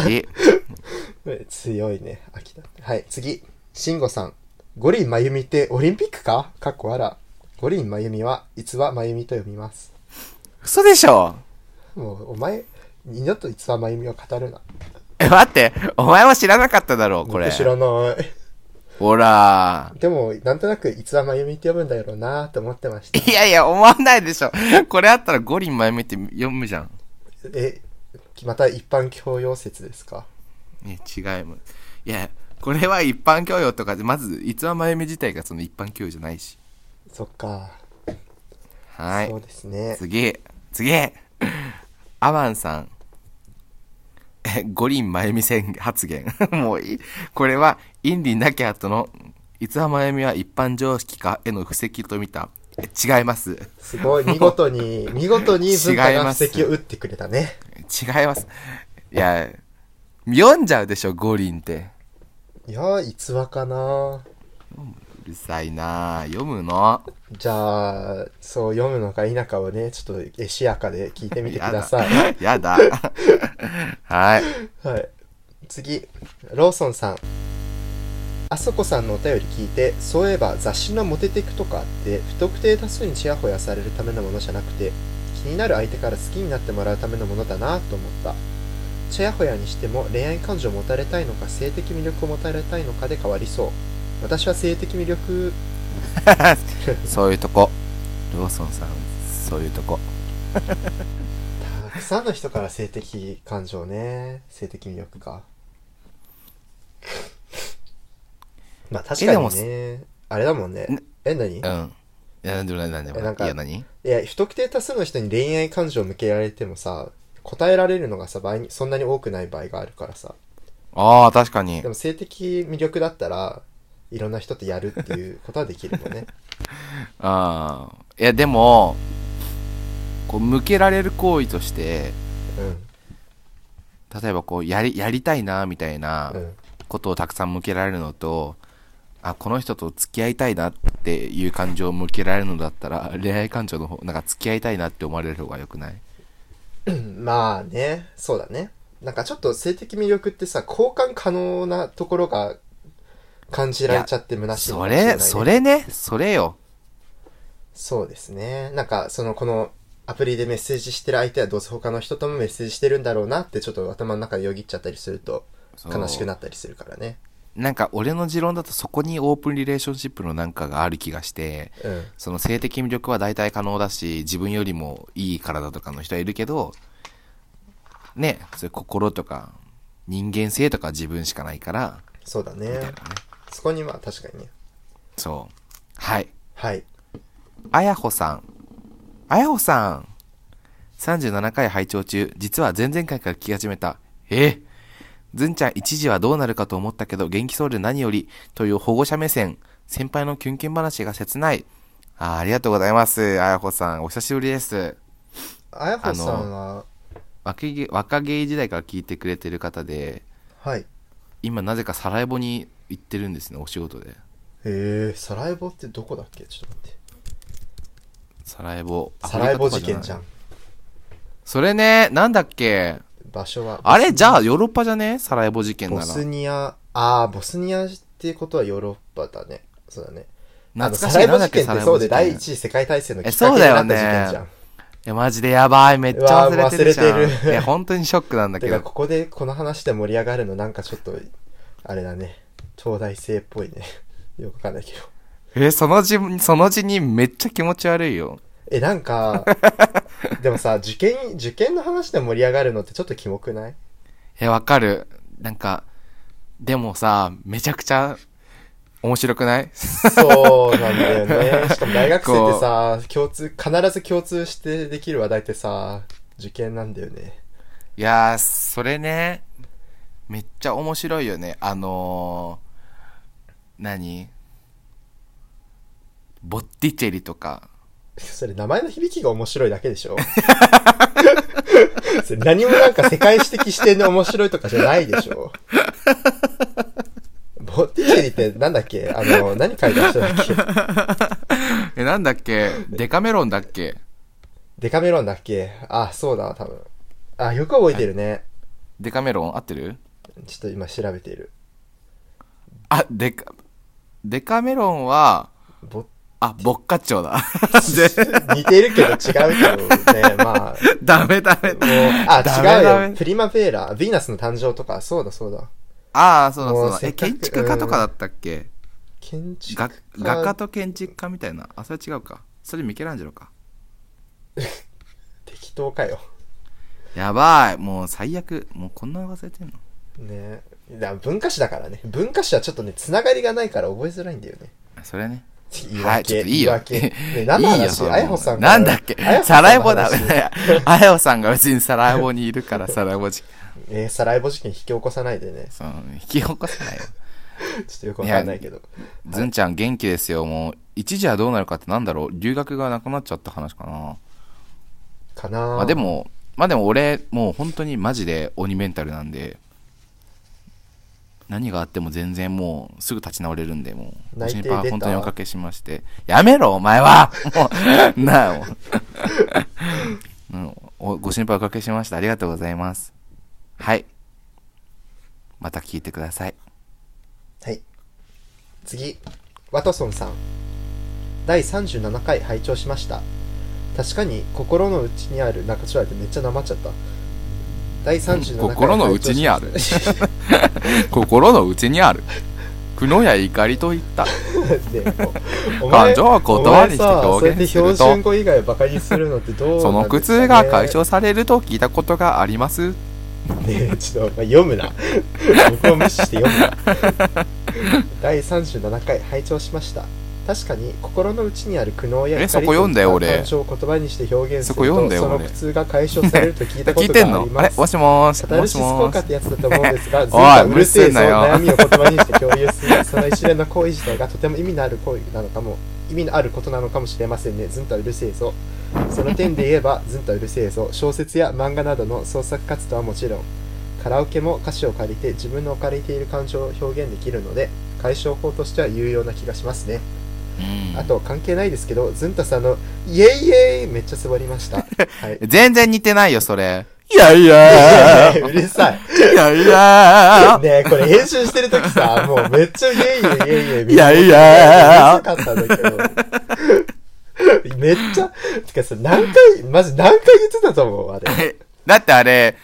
[SPEAKER 1] *laughs* き
[SPEAKER 2] はい。次
[SPEAKER 1] た強いね飽きたはい次慎吾さん五輪真由美ってオリンピックかかっこあら五輪真由美は逸話真由美と読みます
[SPEAKER 2] 嘘でしょ
[SPEAKER 1] もうお前二度と逸話真由美を語るな
[SPEAKER 2] え、待って、お前は知らなかっただろう、これ
[SPEAKER 1] 僕。知らない
[SPEAKER 2] ほら。
[SPEAKER 1] でもなんとなく逸話真由美って読むんだろうなと思ってま
[SPEAKER 2] *laughs*
[SPEAKER 1] した
[SPEAKER 2] いやいや、思わないでしょ。これあったら五輪前向いて読むじゃん。
[SPEAKER 1] えまた一般教養説ですか
[SPEAKER 2] いや、違いもん。いや、これは一般教養とかで、まず、逸話前向自体がその一般教養じゃないし。
[SPEAKER 1] そっか、
[SPEAKER 2] は
[SPEAKER 1] そ。
[SPEAKER 2] いう
[SPEAKER 1] ですね
[SPEAKER 2] 次、次アマンさん。え、五輪真由美宣発言。 *laughs* もういい。これは、インディなきゃとの、逸話真由美は一般常識かへの布石と見た。え違います。 *laughs*
[SPEAKER 1] すごい見事に見事に文化
[SPEAKER 2] 違い
[SPEAKER 1] の
[SPEAKER 2] ます
[SPEAKER 1] 布石を打ってくれたね
[SPEAKER 2] 違います。いや、読んじゃうでしょ、五輪って。
[SPEAKER 1] いやー逸話かな
[SPEAKER 2] うるさいなあ読むの。
[SPEAKER 1] じゃあそう読むのか否かをねちょっと絵しやかで聞いてみてください
[SPEAKER 2] やだ。 *laughs* やだはい。
[SPEAKER 1] はい。次、ローソンさん。あそこさんのお便り聞いて、そういえば雑誌のモテテクとかあって、不特定多数にちやほやされるためのものじゃなくて、気になる相手から好きになってもらうためのものだなと思った。ちやほやにしても恋愛感情を持たれたいのか性的魅力を持たれたいのかで変わりそう。私は性的魅力、
[SPEAKER 2] そういうとこ。ローソンさん、そういうとこ。
[SPEAKER 1] たくさんの人から性的感情ね。性的魅力か。まあ確かにね。あれだもんね
[SPEAKER 2] ん。
[SPEAKER 1] え、何い
[SPEAKER 2] うん。いや、でも何でも
[SPEAKER 1] えなんか
[SPEAKER 2] いや、何
[SPEAKER 1] や、不特定多数の人に恋愛感情を向けられてもさ、答えられるのがさ、場合に、そんなに多くない場合があるからさ。
[SPEAKER 2] ああ、確かに
[SPEAKER 1] で。も性的魅力だったら、いろんな人とやるっていうことはできるもんね。
[SPEAKER 2] ああ。いや、でも、こう、向けられる行為として、
[SPEAKER 1] *laughs* う。
[SPEAKER 2] 例えばこう、やり、やりたいな、みたいなん
[SPEAKER 1] うん。
[SPEAKER 2] ことをたくさん向けられるのと、あ、この人と付き合いたいなっていう感情を向けられるのだったら、 *laughs* 恋愛感情の方、なんか付き合いたいなって思われる方が良くない
[SPEAKER 1] まあね、そうだね。なんかちょっと性的魅力ってさ、交換可能なところが感じられちゃって虚しいのかも
[SPEAKER 2] そ
[SPEAKER 1] しれないね
[SPEAKER 2] れ、それね、それよ。
[SPEAKER 1] そうですね。なんか、その、このアプリでメッセージしてる相手はどうせ他の人ともメッセージしてるんだろうなってちょっと頭の中でよぎっちゃったりすると
[SPEAKER 2] そう
[SPEAKER 1] 悲しくなったりするからね。
[SPEAKER 2] なんか俺の持論だとそこにオープンリレーションシップのなんかがある気がして、
[SPEAKER 1] うん。
[SPEAKER 2] その性的魅力は大体可能だし、自分よりもいい体とかの人はいるけど、ね、そういう心とか人間性とか自分しかないから、
[SPEAKER 1] そうだね
[SPEAKER 2] みたい。なね。
[SPEAKER 1] そこには確かにね。
[SPEAKER 2] そう。はい。
[SPEAKER 1] はい。
[SPEAKER 2] あやほさん。あやほさん。37回拝聴中、実は前々回から聞き始めた。えずんちゃん一時はどうなるかと思ったけど、元気そうで何より、という保護者目線。先輩のキュンキュン話が切ない。あーありがとうございます。あやほさん、お久しぶりです。
[SPEAKER 1] あやほさんは、
[SPEAKER 2] 若芸若芸時代から聞いてくれてる方で、
[SPEAKER 1] はい。へ
[SPEAKER 2] 今なぜかサラエボに行ってるんですね、お仕事で。
[SPEAKER 1] え、サラエボってどこだっけちょっと待って。
[SPEAKER 2] サラエボ。
[SPEAKER 1] サラエボ事件じゃ
[SPEAKER 2] アフ
[SPEAKER 1] ん。
[SPEAKER 2] リカとかない。それね、なんだっけ
[SPEAKER 1] 場所は。
[SPEAKER 2] あ
[SPEAKER 1] ボス
[SPEAKER 2] れ
[SPEAKER 1] ニア
[SPEAKER 2] じゃあヨーロッパじゃねサラエボ事件な
[SPEAKER 1] ボ
[SPEAKER 2] ら。
[SPEAKER 1] スニア、ああ、ボスニアってことはヨーロッパだね。そうだね。
[SPEAKER 2] 懐
[SPEAKER 1] あ
[SPEAKER 2] か
[SPEAKER 1] の
[SPEAKER 2] し
[SPEAKER 1] サラ
[SPEAKER 2] い
[SPEAKER 1] エボ
[SPEAKER 2] なだっ
[SPEAKER 1] 事
[SPEAKER 2] け
[SPEAKER 1] 件ってそうで
[SPEAKER 2] サラエ
[SPEAKER 1] 第
[SPEAKER 2] ボ
[SPEAKER 1] 一
[SPEAKER 2] 事件
[SPEAKER 1] 次世界大戦のきっか
[SPEAKER 2] え
[SPEAKER 1] け
[SPEAKER 2] そう
[SPEAKER 1] に
[SPEAKER 2] だ
[SPEAKER 1] な
[SPEAKER 2] よ
[SPEAKER 1] った
[SPEAKER 2] ね
[SPEAKER 1] 事件じゃん。
[SPEAKER 2] いや、マジでやばい。めっちゃ
[SPEAKER 1] うわ
[SPEAKER 2] 忘れてるじゃん。
[SPEAKER 1] 忘れてる
[SPEAKER 2] いや、本当にショックなんだけ
[SPEAKER 1] てか
[SPEAKER 2] ど。
[SPEAKER 1] ここでこの話で盛り上がるのなんかちょっとあれだね東大生っぽいね *laughs* よくわかんないけど
[SPEAKER 2] え、その字、その字にめっちゃ気持ち悪いよ。
[SPEAKER 1] えなん
[SPEAKER 2] *laughs*
[SPEAKER 1] かでもさ受験受験の話で盛り上がるのってちょっとキモくない
[SPEAKER 2] え、わかる。なんか、でもさ、めちゃくちゃ面白くない
[SPEAKER 1] そうなんだよね
[SPEAKER 2] *laughs*
[SPEAKER 1] しかも大学生ってさ共通必ず共通してできる話題ってさ受験なんだよね
[SPEAKER 2] いやー、それね、めっちゃ面白いよね。あのー、何ボッティチェリとか。
[SPEAKER 1] それ名前の響きが面白いだけでしょ *laughs* それ何もなんか世界史的視点で面白いとかじゃないでしょボッティチェリってなんだっけあの、何書いた人だっけ
[SPEAKER 2] え、なんだっけデカメロンだっけ
[SPEAKER 1] デカメロンだっけあ、そうだわ、多分。あ、よく覚えてるね。
[SPEAKER 2] デカメロン合ってる
[SPEAKER 1] ちょっと今調べている。
[SPEAKER 2] あ、デカ、デカメロンは、
[SPEAKER 1] ボッ
[SPEAKER 2] あ、ボッカッチョ *laughs* だ。
[SPEAKER 1] 似てるけど違うけどね、まあ。
[SPEAKER 2] ダメダメ。
[SPEAKER 1] もうあ、
[SPEAKER 2] ダメダメ
[SPEAKER 1] 違うよ。プリマヴェーラ、ヴィーナスの誕生とか、そうだそうだ。
[SPEAKER 2] ああ、そうだ
[SPEAKER 1] も
[SPEAKER 2] そううだ。
[SPEAKER 1] せっ
[SPEAKER 2] え、
[SPEAKER 1] かく
[SPEAKER 2] 建築家とかだったっけ
[SPEAKER 1] 建築家
[SPEAKER 2] が画家と建築家みたいな。あ、それ違うか。それミケランジェロか。
[SPEAKER 1] 適当かよ。
[SPEAKER 2] やばい。もう最悪。もうこんな忘れてんの
[SPEAKER 1] ねだから文化史だからね。文化史はちょっとね、つながりがないから覚えづらいんだよね。
[SPEAKER 2] あそれね。
[SPEAKER 1] 言い
[SPEAKER 2] *laughs* はい、
[SPEAKER 1] 訳、
[SPEAKER 2] ちょっといい
[SPEAKER 1] 言い
[SPEAKER 2] よ。
[SPEAKER 1] 訳。
[SPEAKER 2] *laughs*
[SPEAKER 1] ね、何の
[SPEAKER 2] いいよ
[SPEAKER 1] 話
[SPEAKER 2] それ
[SPEAKER 1] あやほさんから
[SPEAKER 2] なんだっけ
[SPEAKER 1] あやほさ
[SPEAKER 2] サ
[SPEAKER 1] んか
[SPEAKER 2] ラエ
[SPEAKER 1] ら
[SPEAKER 2] ボ
[SPEAKER 1] 話
[SPEAKER 2] だ。 *laughs* あやほさんが別にサラエボにいるから、サラエボ事件。
[SPEAKER 1] えーサラエボ事件引き起こさないでね。
[SPEAKER 2] その引き起こせないよ。
[SPEAKER 1] ちょっとよくわかんないけど。
[SPEAKER 2] ずんちゃん元気ですよ。もう、一時はどうなるかってなんだろう留学がなくなっちゃった話かな。
[SPEAKER 1] かな
[SPEAKER 2] まあでも、まあでも俺、もう本当にマジで鬼メンタルなんで、何があっても全然もうすぐ立ち直れるんで、もう、
[SPEAKER 1] 内定
[SPEAKER 2] 心
[SPEAKER 1] 出
[SPEAKER 2] 配
[SPEAKER 1] た
[SPEAKER 2] は本当におかけしまして、やめろ、お前はもう、なあ、もう、 *laughs* うんおご心配おかけしました。ありがとうございます。はい。また聞いてください。
[SPEAKER 1] はい。次、ワトソンさん。第37回拝聴しました。確かに心の内にある、なんかちょっと待ってめっちゃなまっちゃった。第37回
[SPEAKER 2] 心の内にある。
[SPEAKER 1] *laughs*
[SPEAKER 2] 心の内にある。苦悩や怒りといった。
[SPEAKER 1] でも
[SPEAKER 2] *laughs*
[SPEAKER 1] うお
[SPEAKER 2] 感情は言葉にして表現すると
[SPEAKER 1] お前さそうやって標準語以外をバカにするのってどう
[SPEAKER 2] その苦痛が解消されると聞いたことがあります。
[SPEAKER 1] ねえちょっと、まあ、読むな *laughs* 僕を無視して読むな第37回拝聴しました確かに心の内にある苦悩や
[SPEAKER 2] え
[SPEAKER 1] 怒
[SPEAKER 2] そ
[SPEAKER 1] り
[SPEAKER 2] こと読んだよ
[SPEAKER 1] いった
[SPEAKER 2] 俺
[SPEAKER 1] 感情を言葉にして表現す
[SPEAKER 2] そ
[SPEAKER 1] る
[SPEAKER 2] こ読
[SPEAKER 1] と
[SPEAKER 2] んだよ
[SPEAKER 1] その
[SPEAKER 2] 俺
[SPEAKER 1] 苦痛が解消されると聞いたこ
[SPEAKER 2] *laughs* 聞い
[SPEAKER 1] と
[SPEAKER 2] てん
[SPEAKER 1] があ
[SPEAKER 2] の
[SPEAKER 1] り
[SPEAKER 2] あ
[SPEAKER 1] ま
[SPEAKER 2] れ
[SPEAKER 1] す
[SPEAKER 2] もしもーし。
[SPEAKER 1] カタ
[SPEAKER 2] も
[SPEAKER 1] ル
[SPEAKER 2] し
[SPEAKER 1] シス効
[SPEAKER 2] も
[SPEAKER 1] 果っ
[SPEAKER 2] ーして
[SPEAKER 1] やつだと思うんですが、ずっ
[SPEAKER 2] おい
[SPEAKER 1] とうるせえ
[SPEAKER 2] うるせえ
[SPEAKER 1] そ
[SPEAKER 2] な
[SPEAKER 1] の
[SPEAKER 2] よ
[SPEAKER 1] 悩みを言葉にして共有する、その一連の行為自体がとても意味のある行為なのかも、意味のあることなのかもしれませんね。ずんとはうるせえぞ。その点で言えば、ずんとはうるせえぞ。小説や漫画などの創作活動はもちろん、カラオケも歌詞を借りて自分の置かれている感情を表現できるので、解消法としては有用な気がしますね。
[SPEAKER 2] うん
[SPEAKER 1] あと、関係ないですけど、ずんたさんの、イエイイエイめっちゃつぼりました。
[SPEAKER 2] *laughs*
[SPEAKER 1] はい。 *laughs*
[SPEAKER 2] 全然似てないよ、それ。いやいや
[SPEAKER 1] うるさい。
[SPEAKER 2] いやいや
[SPEAKER 1] ねえ、これ編集してるとき
[SPEAKER 2] *laughs*
[SPEAKER 1] さ、もうめっちゃイェイイェイイェイイェイ。
[SPEAKER 2] いやいや
[SPEAKER 1] うるさかったんだけど。めっちゃ、てかさ、何回、マジ何回言ってたと思う、あれ。
[SPEAKER 2] *laughs* だってあれ、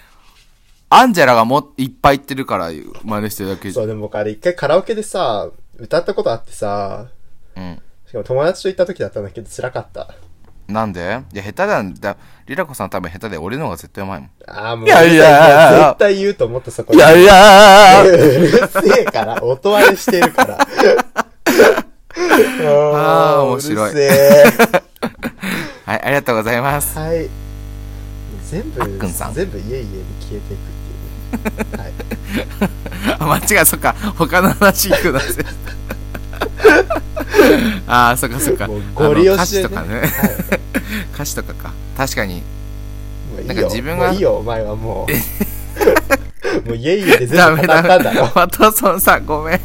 [SPEAKER 2] アンジェラがもっいっぱい言ってるから、真似してるだけじゃ
[SPEAKER 1] そう、でも僕あれ一回カラオケでさ、歌ったことあってさ、
[SPEAKER 2] ん。
[SPEAKER 1] しかも友達と行ったときだったんだけど辛かった。
[SPEAKER 2] なんでいや、下手だんだ。リラコさん多分下手で、俺の方が絶対うまいもん。
[SPEAKER 1] ああ、もう。
[SPEAKER 2] いやいや
[SPEAKER 1] もう絶対言うと思ったそこで。
[SPEAKER 2] いや
[SPEAKER 1] うるせえから、音割れしてる
[SPEAKER 2] *laughs*
[SPEAKER 1] から。
[SPEAKER 2] あー
[SPEAKER 1] もう
[SPEAKER 2] 面白いう
[SPEAKER 1] るせえ。
[SPEAKER 2] はい、ありがとうございます。
[SPEAKER 1] はい。全部、
[SPEAKER 2] あっくんさん
[SPEAKER 1] 全部いえいえに消えていくってい
[SPEAKER 2] *laughs*
[SPEAKER 1] うね。はい。
[SPEAKER 2] あ、間違い、そっか。他の話行くなぜ。
[SPEAKER 1] *laughs*
[SPEAKER 2] ああ、そっかそっか。
[SPEAKER 1] もうゴリ押し
[SPEAKER 2] あ
[SPEAKER 1] でね
[SPEAKER 2] の歌詞とかね。
[SPEAKER 1] は
[SPEAKER 2] *laughs* 歌詞とかか。確かに。
[SPEAKER 1] い。もうんいい
[SPEAKER 2] なか
[SPEAKER 1] よ。
[SPEAKER 2] 自分が
[SPEAKER 1] もういいよ、お前はも
[SPEAKER 2] *laughs*
[SPEAKER 1] う。もういえいえで
[SPEAKER 2] ダ
[SPEAKER 1] 全部
[SPEAKER 2] メ
[SPEAKER 1] 語った
[SPEAKER 2] ダ
[SPEAKER 1] ん
[SPEAKER 2] メ
[SPEAKER 1] だろ。。
[SPEAKER 2] ワトソンさん、ご *laughs* めん。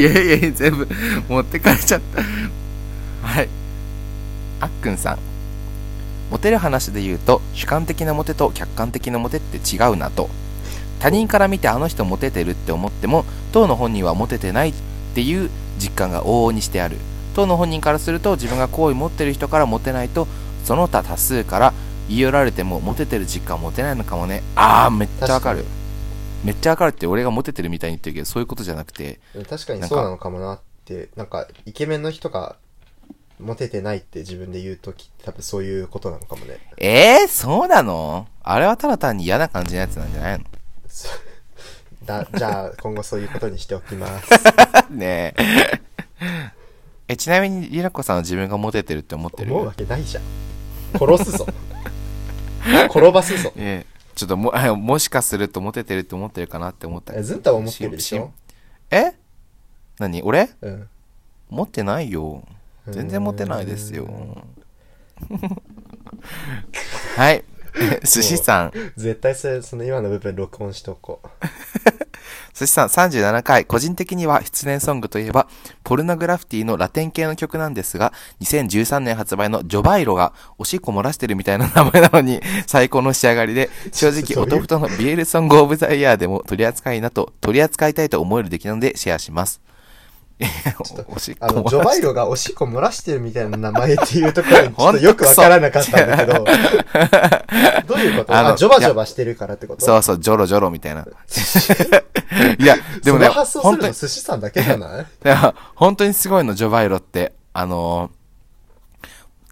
[SPEAKER 2] いやいや全部持ってかれちゃった。はい。あっくんさん。モテる話で言うと、主観的なモテと客観的なモテって違うなと。他人から見てあの人モテてるって思っても、当の本人はモテてないっていう実感が往々にしてある。当の本人からすると、自分が好意持ってる人からモテないと、その他多数から言い寄られてもモテてる実感持てないのかもね。あー、めっちゃわかる。めっちゃわかるって俺がモテてるみたいに言ってるけどそういうことじゃなくて
[SPEAKER 1] 確かにそうなのかもなって、なんか、イケメンの人が、モテてないって自分で言うときって多分そういうことなのかもね。 *laughs*
[SPEAKER 2] えー、そうなのあれはただ単に嫌な感じのやつなんじゃないの
[SPEAKER 1] そうだじゃあ、今後そういうことにしておきます。
[SPEAKER 2] *laughs* ねえ *laughs* えちなみにりなこさんは自分がモテてるって思ってる
[SPEAKER 1] 思うわけないじゃん。殺
[SPEAKER 2] *laughs*
[SPEAKER 1] すぞ。転ばすぞ。
[SPEAKER 2] ええちょっとも *laughs* もしかするとモテてるって思ってるかなって思った
[SPEAKER 1] えずんたは思ってるでしょ
[SPEAKER 2] え何俺
[SPEAKER 1] うん。
[SPEAKER 2] 持ってないよ全然モテないですよ *laughs* はい *laughs* 寿司さん
[SPEAKER 1] 絶対それその今の部分録音しておこう
[SPEAKER 2] 寿司さん37回、個人的には失恋ソングといえば、ポルノグラフィティのラテン系の曲なんですが、2013年発売のジョバイロが、おしっこ漏らしてるみたいな名前なのに、最高の仕上がりで、正
[SPEAKER 1] ちょ *laughs*
[SPEAKER 2] 直、
[SPEAKER 1] っとどういう
[SPEAKER 2] 弟のビエルソングオブザイヤーでも取り扱いなと、取り扱いたいと思える出来なのでシェアします。
[SPEAKER 1] と
[SPEAKER 2] おしっこ
[SPEAKER 1] あの、
[SPEAKER 2] 漏らし
[SPEAKER 1] ジョバイロがおしっこ漏らしてるみたいな名前っていうところにちょっとよくわからなかったんだけ
[SPEAKER 2] *laughs*
[SPEAKER 1] ど、どういうこと
[SPEAKER 2] あの
[SPEAKER 1] あ、ジョバジョバしてるからって *laughs* こと
[SPEAKER 2] そうそう、ジョロジョロみたいな。
[SPEAKER 1] *laughs*
[SPEAKER 2] いや、でもね、
[SPEAKER 1] その発想す
[SPEAKER 2] 本
[SPEAKER 1] る
[SPEAKER 2] 当
[SPEAKER 1] の
[SPEAKER 2] に、
[SPEAKER 1] 寿司さんだけじゃない
[SPEAKER 2] だから本当にすごいの、ジョバイロって。あのー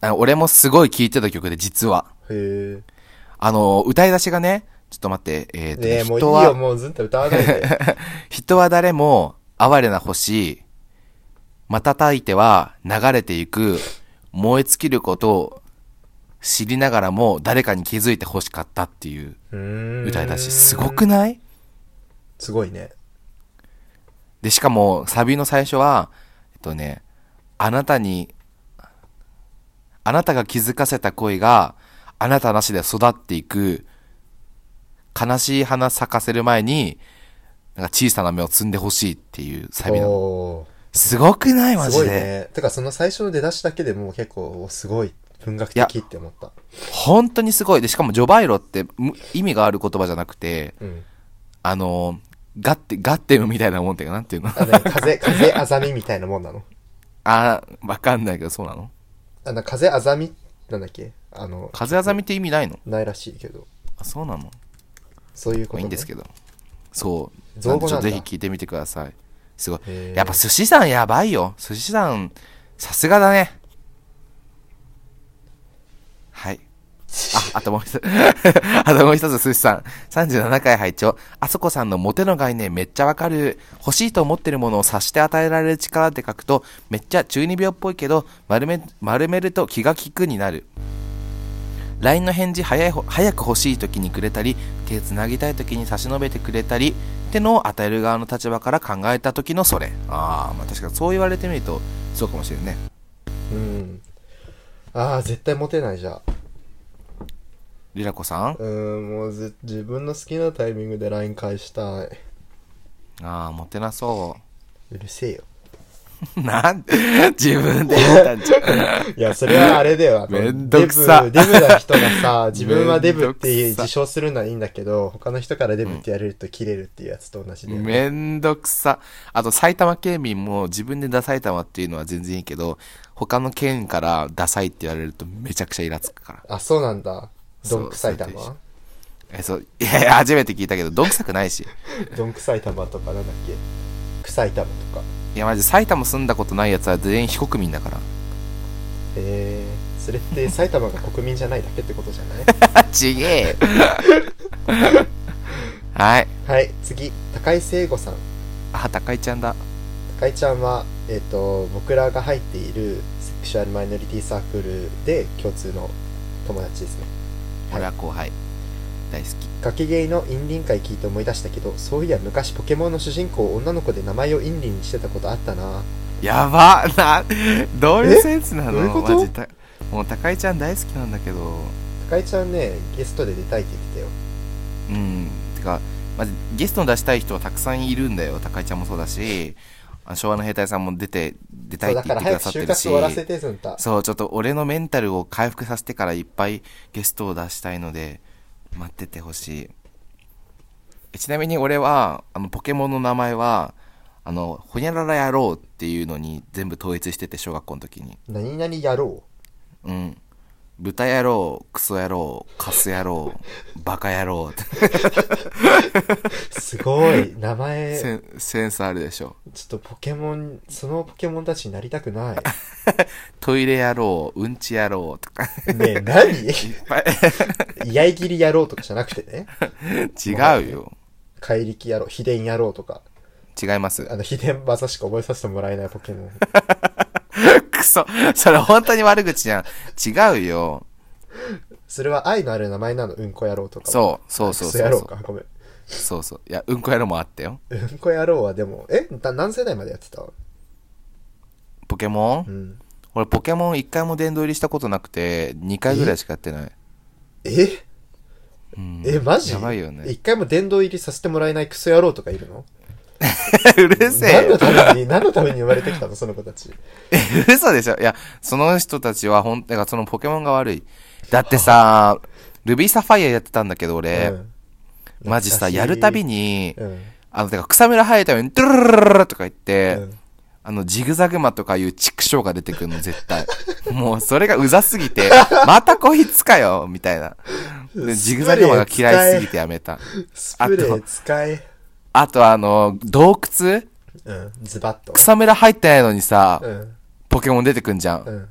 [SPEAKER 2] あの俺もすごい聴いてた曲で、実は。
[SPEAKER 1] へ
[SPEAKER 2] あのー歌い出しがね、ちょっと待って、えー
[SPEAKER 1] え。
[SPEAKER 2] と
[SPEAKER 1] ね
[SPEAKER 2] ね、
[SPEAKER 1] え、もういい
[SPEAKER 2] 人
[SPEAKER 1] よ、
[SPEAKER 2] は、
[SPEAKER 1] もうずっと歌わない
[SPEAKER 2] *laughs*
[SPEAKER 1] で。
[SPEAKER 2] 人は誰も哀れな星、瞬いては流れていく、燃え尽きることを知りながらも誰かに気づいて欲しかったっていう
[SPEAKER 1] うーん
[SPEAKER 2] 歌い出し、すごくない
[SPEAKER 1] すごいね。
[SPEAKER 2] で、しかも、サビの最初は、えっとね、あなたに、あなたが気づかせた恋が、あなたなしで育っていく、悲しい花咲かせる前に、なんか小さな芽を摘んでほしいっていうサビの。
[SPEAKER 1] お
[SPEAKER 2] すごくない
[SPEAKER 1] ー
[SPEAKER 2] マ
[SPEAKER 1] す
[SPEAKER 2] ジ
[SPEAKER 1] ごい
[SPEAKER 2] で、
[SPEAKER 1] ね。てか、その最初の出だしだけでもう結構、おすごい、文学的って思った。
[SPEAKER 2] 本当にすごい。で、しかも、ジョバイロってむ意味がある言葉じゃなくて、
[SPEAKER 1] うん。
[SPEAKER 2] あの、ガッテ、ガッテムみたいなもんっていうか、な
[SPEAKER 1] *laughs*
[SPEAKER 2] んていうの
[SPEAKER 1] あ、ね、風、風あざみみたいなもんなの。
[SPEAKER 2] あー、わかんないけど、そうなの
[SPEAKER 1] あの、風あざみ、なんだっけあの、
[SPEAKER 2] 風あざみって意味ないの
[SPEAKER 1] ないらしいけど。
[SPEAKER 2] あ、そうなの
[SPEAKER 1] そういうこと、ね。
[SPEAKER 2] まあいいんですけどそう
[SPEAKER 1] 造
[SPEAKER 2] なん
[SPEAKER 1] 語
[SPEAKER 2] でちょ
[SPEAKER 1] なんだ
[SPEAKER 2] っとぜひ聞いてみてくださいすごい
[SPEAKER 1] へー
[SPEAKER 2] やっぱ寿司さんやばいよ寿司さんさすがだねはいあ、あともう一つ。 *laughs* あともう一つ、寿司さん。37回拝聴あそこさんのモテの概念めっちゃわかる。欲しいと思ってるものを察して与えられる力って書くと、めっちゃ中二病っぽいけど、丸め、丸めると気が利くになる。LINE の返事早いほ早く欲しい時にくれたり手つなぎたい時に差し伸べてくれたりってのを与える側の立場から考えた時のそれああまあ確かにそう言われてみるとそうかもしれんね
[SPEAKER 1] うん。ああ、絶対モテないじゃん。
[SPEAKER 2] リラコさん
[SPEAKER 1] うーん、もうず自分の好きなタイミングで LINE 返したい。
[SPEAKER 2] ああモテなそう
[SPEAKER 1] る
[SPEAKER 2] *laughs*
[SPEAKER 1] せえよ。
[SPEAKER 2] うなんで自分で言ったんじゃん
[SPEAKER 1] いや、それはあれだよ。あの
[SPEAKER 2] めんどくさ
[SPEAKER 1] デブ、デブな人が
[SPEAKER 2] *laughs*
[SPEAKER 1] さ、自分はデブっていう
[SPEAKER 2] めんどくさ
[SPEAKER 1] 自称するのはいいんだけど、他の人からデブって言われると切れるっていうやつと同じで。
[SPEAKER 2] めんどくさあと埼玉県民も自分でダサい玉っていうのは全然いいけど他の県からダサいって言われるとめちゃくちゃイラつくから
[SPEAKER 1] あ、そうなんだ。どんくさい
[SPEAKER 2] そうそう
[SPEAKER 1] 玉
[SPEAKER 2] えそういやいや初めて聞いたけどどんくさくないし
[SPEAKER 1] どんくさい玉とかなんだっけ臭い玉とか。
[SPEAKER 2] いやマジ埼玉住んだことないやつは全員非国民だから
[SPEAKER 1] *laughs* えー、それって埼玉が国民じゃないだけってことじゃない *laughs*
[SPEAKER 2] あちげえ *laughs* はい
[SPEAKER 1] はい、次。高井聖吾さん。
[SPEAKER 2] あ高井ちゃんだ
[SPEAKER 1] 高井ちゃんは、えっと僕らが入っているセクシュアルマイノリティサークルで共通の友達ですね
[SPEAKER 2] 俺は後輩大好き
[SPEAKER 1] ガキゲイのインリン会聞いて思い出したけどそういや昔ポケモンの主人公を女の子で名前をインリンにしてたことあったな
[SPEAKER 2] やばなどういうセンスなの
[SPEAKER 1] どういうこと
[SPEAKER 2] マジたもう高井ちゃん大好きなんだけど
[SPEAKER 1] 高井ちゃんねゲストで出たいって言って
[SPEAKER 2] うんてかマジゲストに出したい人はたくさんいるんだよ高井ちゃんもそうだしあ昭和の兵隊さんも出て出
[SPEAKER 1] た
[SPEAKER 2] たい
[SPEAKER 1] よそうだか
[SPEAKER 2] って言っ
[SPEAKER 1] ら
[SPEAKER 2] てく
[SPEAKER 1] 早
[SPEAKER 2] だ
[SPEAKER 1] く
[SPEAKER 2] さって
[SPEAKER 1] 就
[SPEAKER 2] る
[SPEAKER 1] 活
[SPEAKER 2] し
[SPEAKER 1] 終わらせてずんた
[SPEAKER 2] そう、ちょっと俺のメンタルを回復させてからいっぱいゲストを出したいので、待っててほしいえ。ちなみに俺は、あの、ポケモンの名前は、あの、ほにゃらら野郎っていうのに全部統一してて、小学校の時に。
[SPEAKER 1] 何々やろ
[SPEAKER 2] うん。豚野郎、クソ野郎、カス野郎、バカ野郎って、
[SPEAKER 1] うすごい名
[SPEAKER 2] *laughs*
[SPEAKER 1] 前
[SPEAKER 2] セ
[SPEAKER 1] ちょ
[SPEAKER 2] ンセンスあるでしょ。
[SPEAKER 1] っとポケモンそのポケモンたちになりたくない *laughs*
[SPEAKER 2] トイレ野郎、うんち野郎とか、い
[SPEAKER 1] ねえ何 *laughs*
[SPEAKER 2] っぱい。
[SPEAKER 1] 居合切りやろうとかじゃなくてね
[SPEAKER 2] 違うよ。
[SPEAKER 1] 怪力やろう秘伝やろうとか
[SPEAKER 2] 違います。
[SPEAKER 1] あの、秘伝技しか覚えさせてもらえないポケモン。
[SPEAKER 2] くそ、それ本当に悪口じゃん。違うよ。
[SPEAKER 1] それは愛のある名前なの、うんこ野郎とか。う。
[SPEAKER 2] そう、そうそう
[SPEAKER 1] ク
[SPEAKER 2] そ
[SPEAKER 1] ソ
[SPEAKER 2] う
[SPEAKER 1] 野郎
[SPEAKER 2] そう。
[SPEAKER 1] か、ごめん。
[SPEAKER 2] そうそう。いや、うんこ野郎もあったよ。
[SPEAKER 1] うんこ野郎はでも、えだ何世代までやってた
[SPEAKER 2] ポケモ
[SPEAKER 1] う
[SPEAKER 2] ン
[SPEAKER 1] ん。
[SPEAKER 2] 俺、ポケモン1回も殿堂入りしたことなくて、2回ぐらいしかやってない。
[SPEAKER 1] え
[SPEAKER 2] うん
[SPEAKER 1] え、マジ
[SPEAKER 2] やばいよね。
[SPEAKER 1] 一回も殿堂入りさせてもらえないクソ野郎とかいるの
[SPEAKER 2] うるせえ
[SPEAKER 1] 何の
[SPEAKER 2] よ。
[SPEAKER 1] ために、 *laughs* 何のために生まれてきたの、その子たち。
[SPEAKER 2] 嘘でしょ。いや、その人たちは、ほん、だからそのポケモンが悪い。だってさ、ルビーサファイアやってたんだけど、俺、
[SPEAKER 1] うん
[SPEAKER 2] マジさ、やるたび。に、
[SPEAKER 1] 懐かしいうん。
[SPEAKER 2] あの、てか草むら生えたように、ドゥルルルルルルとか言って、
[SPEAKER 1] うん
[SPEAKER 2] あの、ジグザグマとかいう畜生が出てくるの、絶対。もう、それがうざすぎて、またこいつかよみたいな。でジグザグマが嫌いすぎてやめた。
[SPEAKER 1] スプレー使え。
[SPEAKER 2] あと、あの、洞窟
[SPEAKER 1] うん、ズバッと。
[SPEAKER 2] 草むら入ってないのにさ、
[SPEAKER 1] うん、
[SPEAKER 2] ポケモン出てくんじゃ。
[SPEAKER 1] うんん。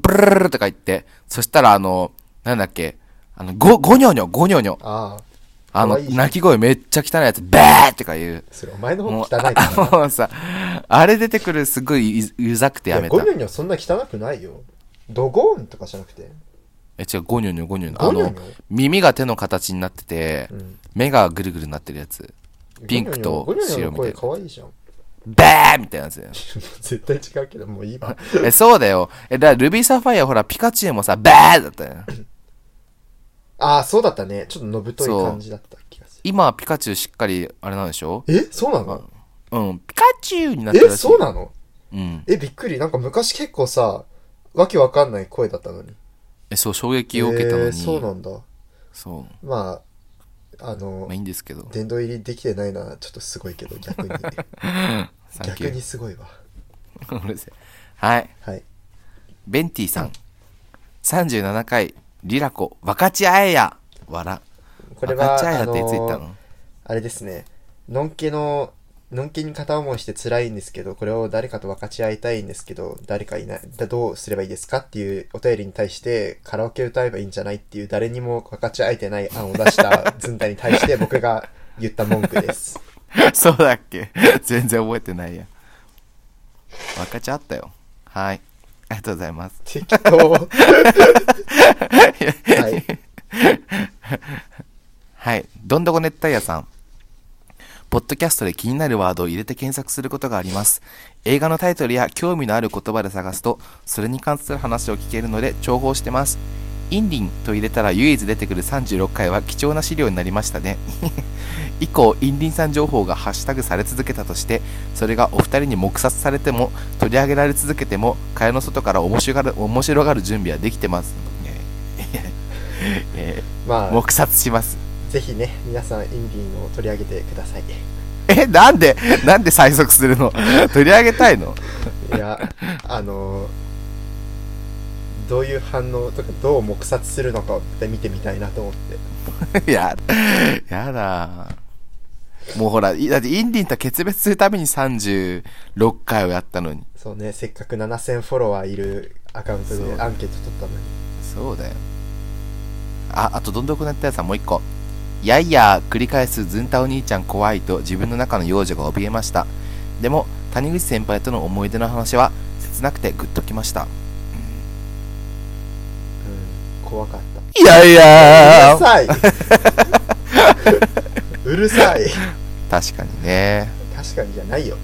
[SPEAKER 2] ブルルルルとか言って、そしたら、あの、なんだっけ、あの、ご、ごにょにょ、ごにょにょ。
[SPEAKER 1] ああ、
[SPEAKER 2] あ
[SPEAKER 1] 可
[SPEAKER 2] の、
[SPEAKER 1] 愛いじゃん
[SPEAKER 2] 鳴き声めっちゃ汚いやつ、ベーとか言う。
[SPEAKER 1] それお前の方
[SPEAKER 2] も
[SPEAKER 1] 汚
[SPEAKER 2] う
[SPEAKER 1] いから
[SPEAKER 2] あもうさ、あれ出てくるすごいううざくて
[SPEAKER 1] い
[SPEAKER 2] や
[SPEAKER 1] や、
[SPEAKER 2] めた
[SPEAKER 1] ゴニ。ョにはそんな汚くないよ。ドゴーンとかじゃなくて。
[SPEAKER 2] え、違う、ゴニョニョゴニョニョ。あ
[SPEAKER 1] ゴニョ
[SPEAKER 2] の
[SPEAKER 1] ニョ、
[SPEAKER 2] 耳が手の形になってて、
[SPEAKER 1] うん
[SPEAKER 2] 目がぐるぐるなってるやつ。ピンクと
[SPEAKER 1] ゴニョニョの
[SPEAKER 2] 白みた
[SPEAKER 1] 声
[SPEAKER 2] いな
[SPEAKER 1] 可愛いじゃん。 *laughs*
[SPEAKER 2] ベーみたいなやつ。
[SPEAKER 1] 絶対違うけど、もういいわ。
[SPEAKER 2] え、そうだよ。え、だからルビーサファイアほら、ピカチュウもさ、ベーだったよ。
[SPEAKER 1] ああ、そうだったね。ちょっとのぶとい
[SPEAKER 2] そう
[SPEAKER 1] 感じだった気がする。
[SPEAKER 2] 今はピカチュウしっかり、あれなんでしょ
[SPEAKER 1] え、そうなの
[SPEAKER 2] うん、ピカチュウになってる
[SPEAKER 1] え、
[SPEAKER 2] らしい。
[SPEAKER 1] そうなの
[SPEAKER 2] うん。
[SPEAKER 1] え、びっくり。なんか昔結構さ、わけわかんない声だったのに。
[SPEAKER 2] え、そう、衝撃を受けたのに。
[SPEAKER 1] えーそうなんだ。
[SPEAKER 2] そう
[SPEAKER 1] まあ、あの
[SPEAKER 2] まあ、いいんですけど。
[SPEAKER 1] 殿堂入りできてないのはちょっとすごいけど、
[SPEAKER 2] *laughs*
[SPEAKER 1] 逆に。
[SPEAKER 2] サンキ
[SPEAKER 1] 逆
[SPEAKER 2] ュ
[SPEAKER 1] に
[SPEAKER 2] ー。
[SPEAKER 1] すごいわ。
[SPEAKER 2] *laughs* うるせえはい。
[SPEAKER 1] はい。
[SPEAKER 2] ベンティさん。37回、リラコ、分かち合えや。わら。
[SPEAKER 1] これ
[SPEAKER 2] 分か
[SPEAKER 1] は、
[SPEAKER 2] ち合えや
[SPEAKER 1] あ
[SPEAKER 2] っていつ言ったの、
[SPEAKER 1] の、あれですね、のんけの、のんけに片思いして辛いんですけど、これを誰かと分かち合いたいんですけど、誰かいない、だどうすればいいですかっていうお便りに対して、カラオケ歌えばいいんじゃないっていう、誰にも分かち合えてない案を出 *laughs* したずんだに対して、僕が言った文句です。
[SPEAKER 2] *laughs* そうだっけ全然覚えてないや。分かち合ったよ。はい。ありがとうございます。
[SPEAKER 1] *laughs* 適 *laughs* 当。
[SPEAKER 2] は
[SPEAKER 1] はい。
[SPEAKER 2] はい。どんどこ熱帯夜さん。ポッドキャストで気になるワードを入れて検索することがあります。映画のタイトルや興味のある言葉で探すと、それに関する話を聞けるので重宝してます。インリンと入れたら唯一出てくる36回は貴重な資料になりましたね。 *laughs* 以降、インリンさん情報がハッシュタグされ続けたとして、それがお二人に黙殺されても、取り上げられ続けても、蚊帳の外から面白がる面白がる準備はできてます。え
[SPEAKER 1] ま
[SPEAKER 2] ー
[SPEAKER 1] あ、
[SPEAKER 2] 黙殺します。
[SPEAKER 1] ぜひね、皆さん、インディーンを取り上げてください。い
[SPEAKER 2] *laughs* えなんでなんで催促するの *laughs* 取り上げたいの *laughs*
[SPEAKER 1] や、あのどういう反応とか、どう黙殺するのかを見てみたいなと思って。
[SPEAKER 2] いややだもうほらいだってインディンと決別するために36回をやったのに
[SPEAKER 1] そうね、せっかく7000フォロワーいるアカウント
[SPEAKER 2] そう
[SPEAKER 1] でアンケート取ったのに。
[SPEAKER 2] そうだよああとどんどんくなったやつさんもう一個やいやー繰り返すずんたお兄ちゃん怖いと自分の中の幼女が怯えましたでも谷口先輩との思い出の話は切なくてグッときました
[SPEAKER 1] うん、怖かっ
[SPEAKER 2] いやい
[SPEAKER 1] た。
[SPEAKER 2] や
[SPEAKER 1] うる
[SPEAKER 2] *laughs*
[SPEAKER 1] さいうるさい
[SPEAKER 2] 確かにね
[SPEAKER 1] 確かにじゃないよ。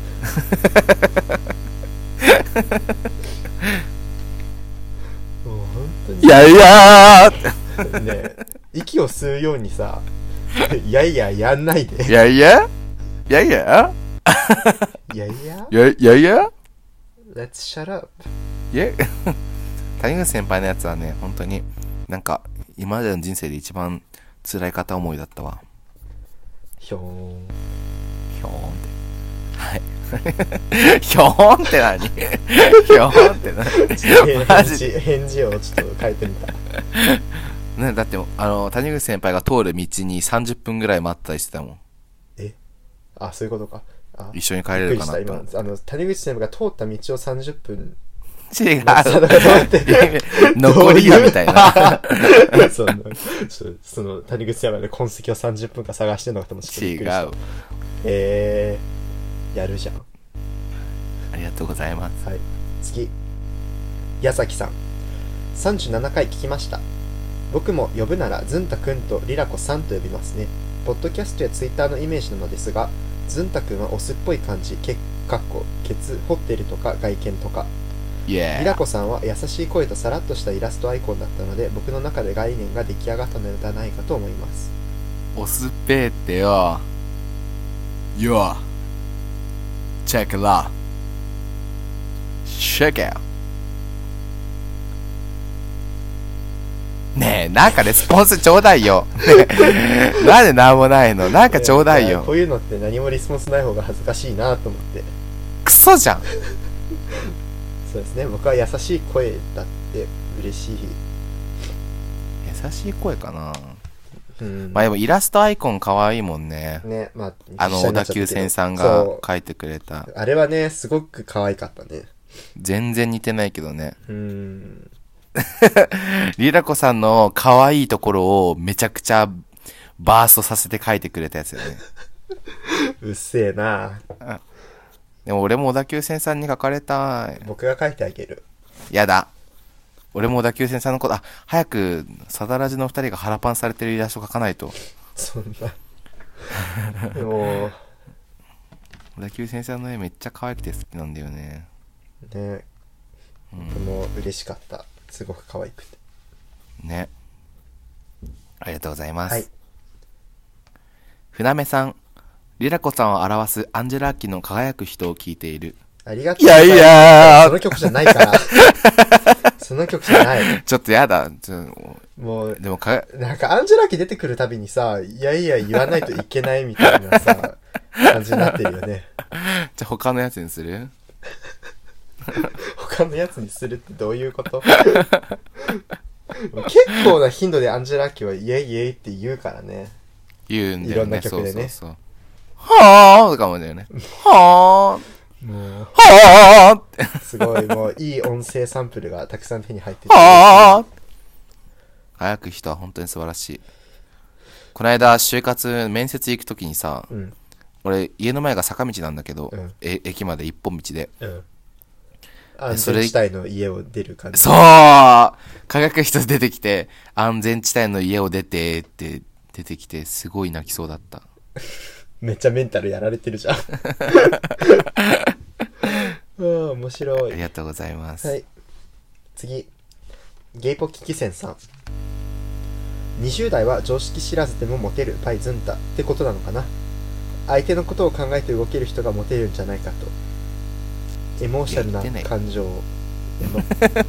[SPEAKER 1] もう本当に
[SPEAKER 2] いやいやー *laughs*
[SPEAKER 1] ね、息を吸うようにさ、いやいややんないで。
[SPEAKER 2] いやいやいやいや
[SPEAKER 1] いやいや
[SPEAKER 2] いやいやいや
[SPEAKER 1] ?Let's shut up.
[SPEAKER 2] いや谷口先輩のやつはね本当になんか今までの人生で一番辛い片思いだったわ
[SPEAKER 1] ひょーん。
[SPEAKER 2] ひょーんってはい *laughs* ひょーんって *laughs* 何ひょーんって
[SPEAKER 1] 返
[SPEAKER 2] 何マジ
[SPEAKER 1] 事、返事をちょっと変えてみた。
[SPEAKER 2] ねだってあの谷口先輩が通る道に30分ぐらい待ったりしてたもん
[SPEAKER 1] あ、そういうことか。あ
[SPEAKER 2] 一緒に帰
[SPEAKER 1] び
[SPEAKER 2] れ
[SPEAKER 1] っく
[SPEAKER 2] る
[SPEAKER 1] り
[SPEAKER 2] か
[SPEAKER 1] し
[SPEAKER 2] な
[SPEAKER 1] た
[SPEAKER 2] と
[SPEAKER 1] 今
[SPEAKER 2] 思って
[SPEAKER 1] あの谷口先輩が通った道を30分
[SPEAKER 2] *laughs* 違う
[SPEAKER 1] *laughs* 待ってたのかと思って
[SPEAKER 2] 残りがみたい *laughs* な
[SPEAKER 1] *laughs* そのちょっとその谷口先輩の痕跡を30分間探してるのかともちょっとび
[SPEAKER 2] 違
[SPEAKER 1] っく
[SPEAKER 2] う
[SPEAKER 1] りしたえー、やるじゃん
[SPEAKER 2] ありがとうございます
[SPEAKER 1] はい次矢崎さん37回聞きました僕も呼ぶならずんたくんとりらこさんと呼びますねポッドキャストやツイッターのイメージなのですがずんたくんはオスっぽい感じけかっこケツ掘ってるとか外見とか
[SPEAKER 2] イエ
[SPEAKER 1] り
[SPEAKER 2] ー
[SPEAKER 1] らこさんは優しい声とさらっとしたイラストアイコンだったので僕の中で概念が出来上がったのではないかと思います
[SPEAKER 2] オスペーってよ。よ。チェックラ。シェケ。ねえ、なんかレスポンスちょうだいよ。 *laughs* ねえなんでなんもないのなんかちょうだい
[SPEAKER 1] やこう
[SPEAKER 2] よ。
[SPEAKER 1] いうのって何もリスポンスない方が恥ずかしいなと思って
[SPEAKER 2] くそ嘘じゃん
[SPEAKER 1] そうですね僕は優しい声だって嬉しい、
[SPEAKER 2] 優しい声かな
[SPEAKER 1] うん
[SPEAKER 2] まあでもイラストアイコン可愛いもんね
[SPEAKER 1] ねまあ
[SPEAKER 2] あの
[SPEAKER 1] 実写
[SPEAKER 2] 小
[SPEAKER 1] になっちゃっ
[SPEAKER 2] 田
[SPEAKER 1] たけど
[SPEAKER 2] 急線さんが
[SPEAKER 1] そう
[SPEAKER 2] 描いてくれた
[SPEAKER 1] あれはねすごく可愛かったね
[SPEAKER 2] 全然似てないけどね
[SPEAKER 1] うん
[SPEAKER 2] リラコさんの可愛いところをめちゃくちゃバーストさせて描いてくれたやつよ *laughs* ね
[SPEAKER 1] うっせえな
[SPEAKER 2] でも俺も小田急線さんに書かれたい
[SPEAKER 1] 僕が書いてあげる
[SPEAKER 2] やだ俺も小田急線さんのことあ早くサダラジの二人が腹パンされてるイラスト描かないと
[SPEAKER 1] そん
[SPEAKER 2] *laughs*
[SPEAKER 1] なも
[SPEAKER 2] 小田急線さんの絵めっちゃ可愛くて好きなんだよね
[SPEAKER 1] うね僕も嬉しかったすごく可愛くて
[SPEAKER 2] ねありがとうございます、
[SPEAKER 1] はい
[SPEAKER 2] 船目さんリラコさんを表すアンジェラーキの輝く人を聞いている
[SPEAKER 1] ありがと
[SPEAKER 2] いう
[SPEAKER 1] ござ
[SPEAKER 2] や
[SPEAKER 1] い
[SPEAKER 2] い
[SPEAKER 1] ます
[SPEAKER 2] や
[SPEAKER 1] その曲じゃないからその曲じゃない
[SPEAKER 2] *laughs* ちょっとやだちょ
[SPEAKER 1] もう
[SPEAKER 2] でもか
[SPEAKER 1] なんかアンジェラーキ出てくるたびにさ、いやいや言わないといけないみたいなさ、感じになってるよね。
[SPEAKER 2] じゃあ他のやつにする
[SPEAKER 1] 他のやつにするってどういうこと *laughs* 結構な頻度でアンジェラーキはイエイイエイって言うからね。
[SPEAKER 2] 言うんだ
[SPEAKER 1] いろ
[SPEAKER 2] よ
[SPEAKER 1] ん
[SPEAKER 2] ね
[SPEAKER 1] な曲でね
[SPEAKER 2] そうそうそうはあとかもだよ
[SPEAKER 1] *laughs*
[SPEAKER 2] ねは
[SPEAKER 1] もう、
[SPEAKER 2] あはあって
[SPEAKER 1] すごいもういい音声サンプルがたくさん手に入ってて。
[SPEAKER 2] はあ早く人は本当に素晴らしいこの間就活面接行く時にさ
[SPEAKER 1] うん。
[SPEAKER 2] 俺家の前が坂道なんだけど、
[SPEAKER 1] うん
[SPEAKER 2] え駅まで一本道で
[SPEAKER 1] うん。安
[SPEAKER 2] それ
[SPEAKER 1] 全地帯の家を出る感じ。
[SPEAKER 2] そう科学人出てきて安全地帯の家を出てって出てきてすごい泣きそうだった
[SPEAKER 1] めっちゃメンタルやられてる
[SPEAKER 2] *laughs*
[SPEAKER 1] じゃん。うん、面白
[SPEAKER 2] あ
[SPEAKER 1] い
[SPEAKER 2] り。がとうございます、
[SPEAKER 1] はい次ゲイポキキセンさん20代は常識知らずでもモテるパイズンタってことなのかな相手のことを考えて動ける人がモテるんじゃないかとエモーショナ
[SPEAKER 2] いや言っ
[SPEAKER 1] ル
[SPEAKER 2] てない
[SPEAKER 1] な感情をエ
[SPEAKER 2] *laughs*
[SPEAKER 1] モえ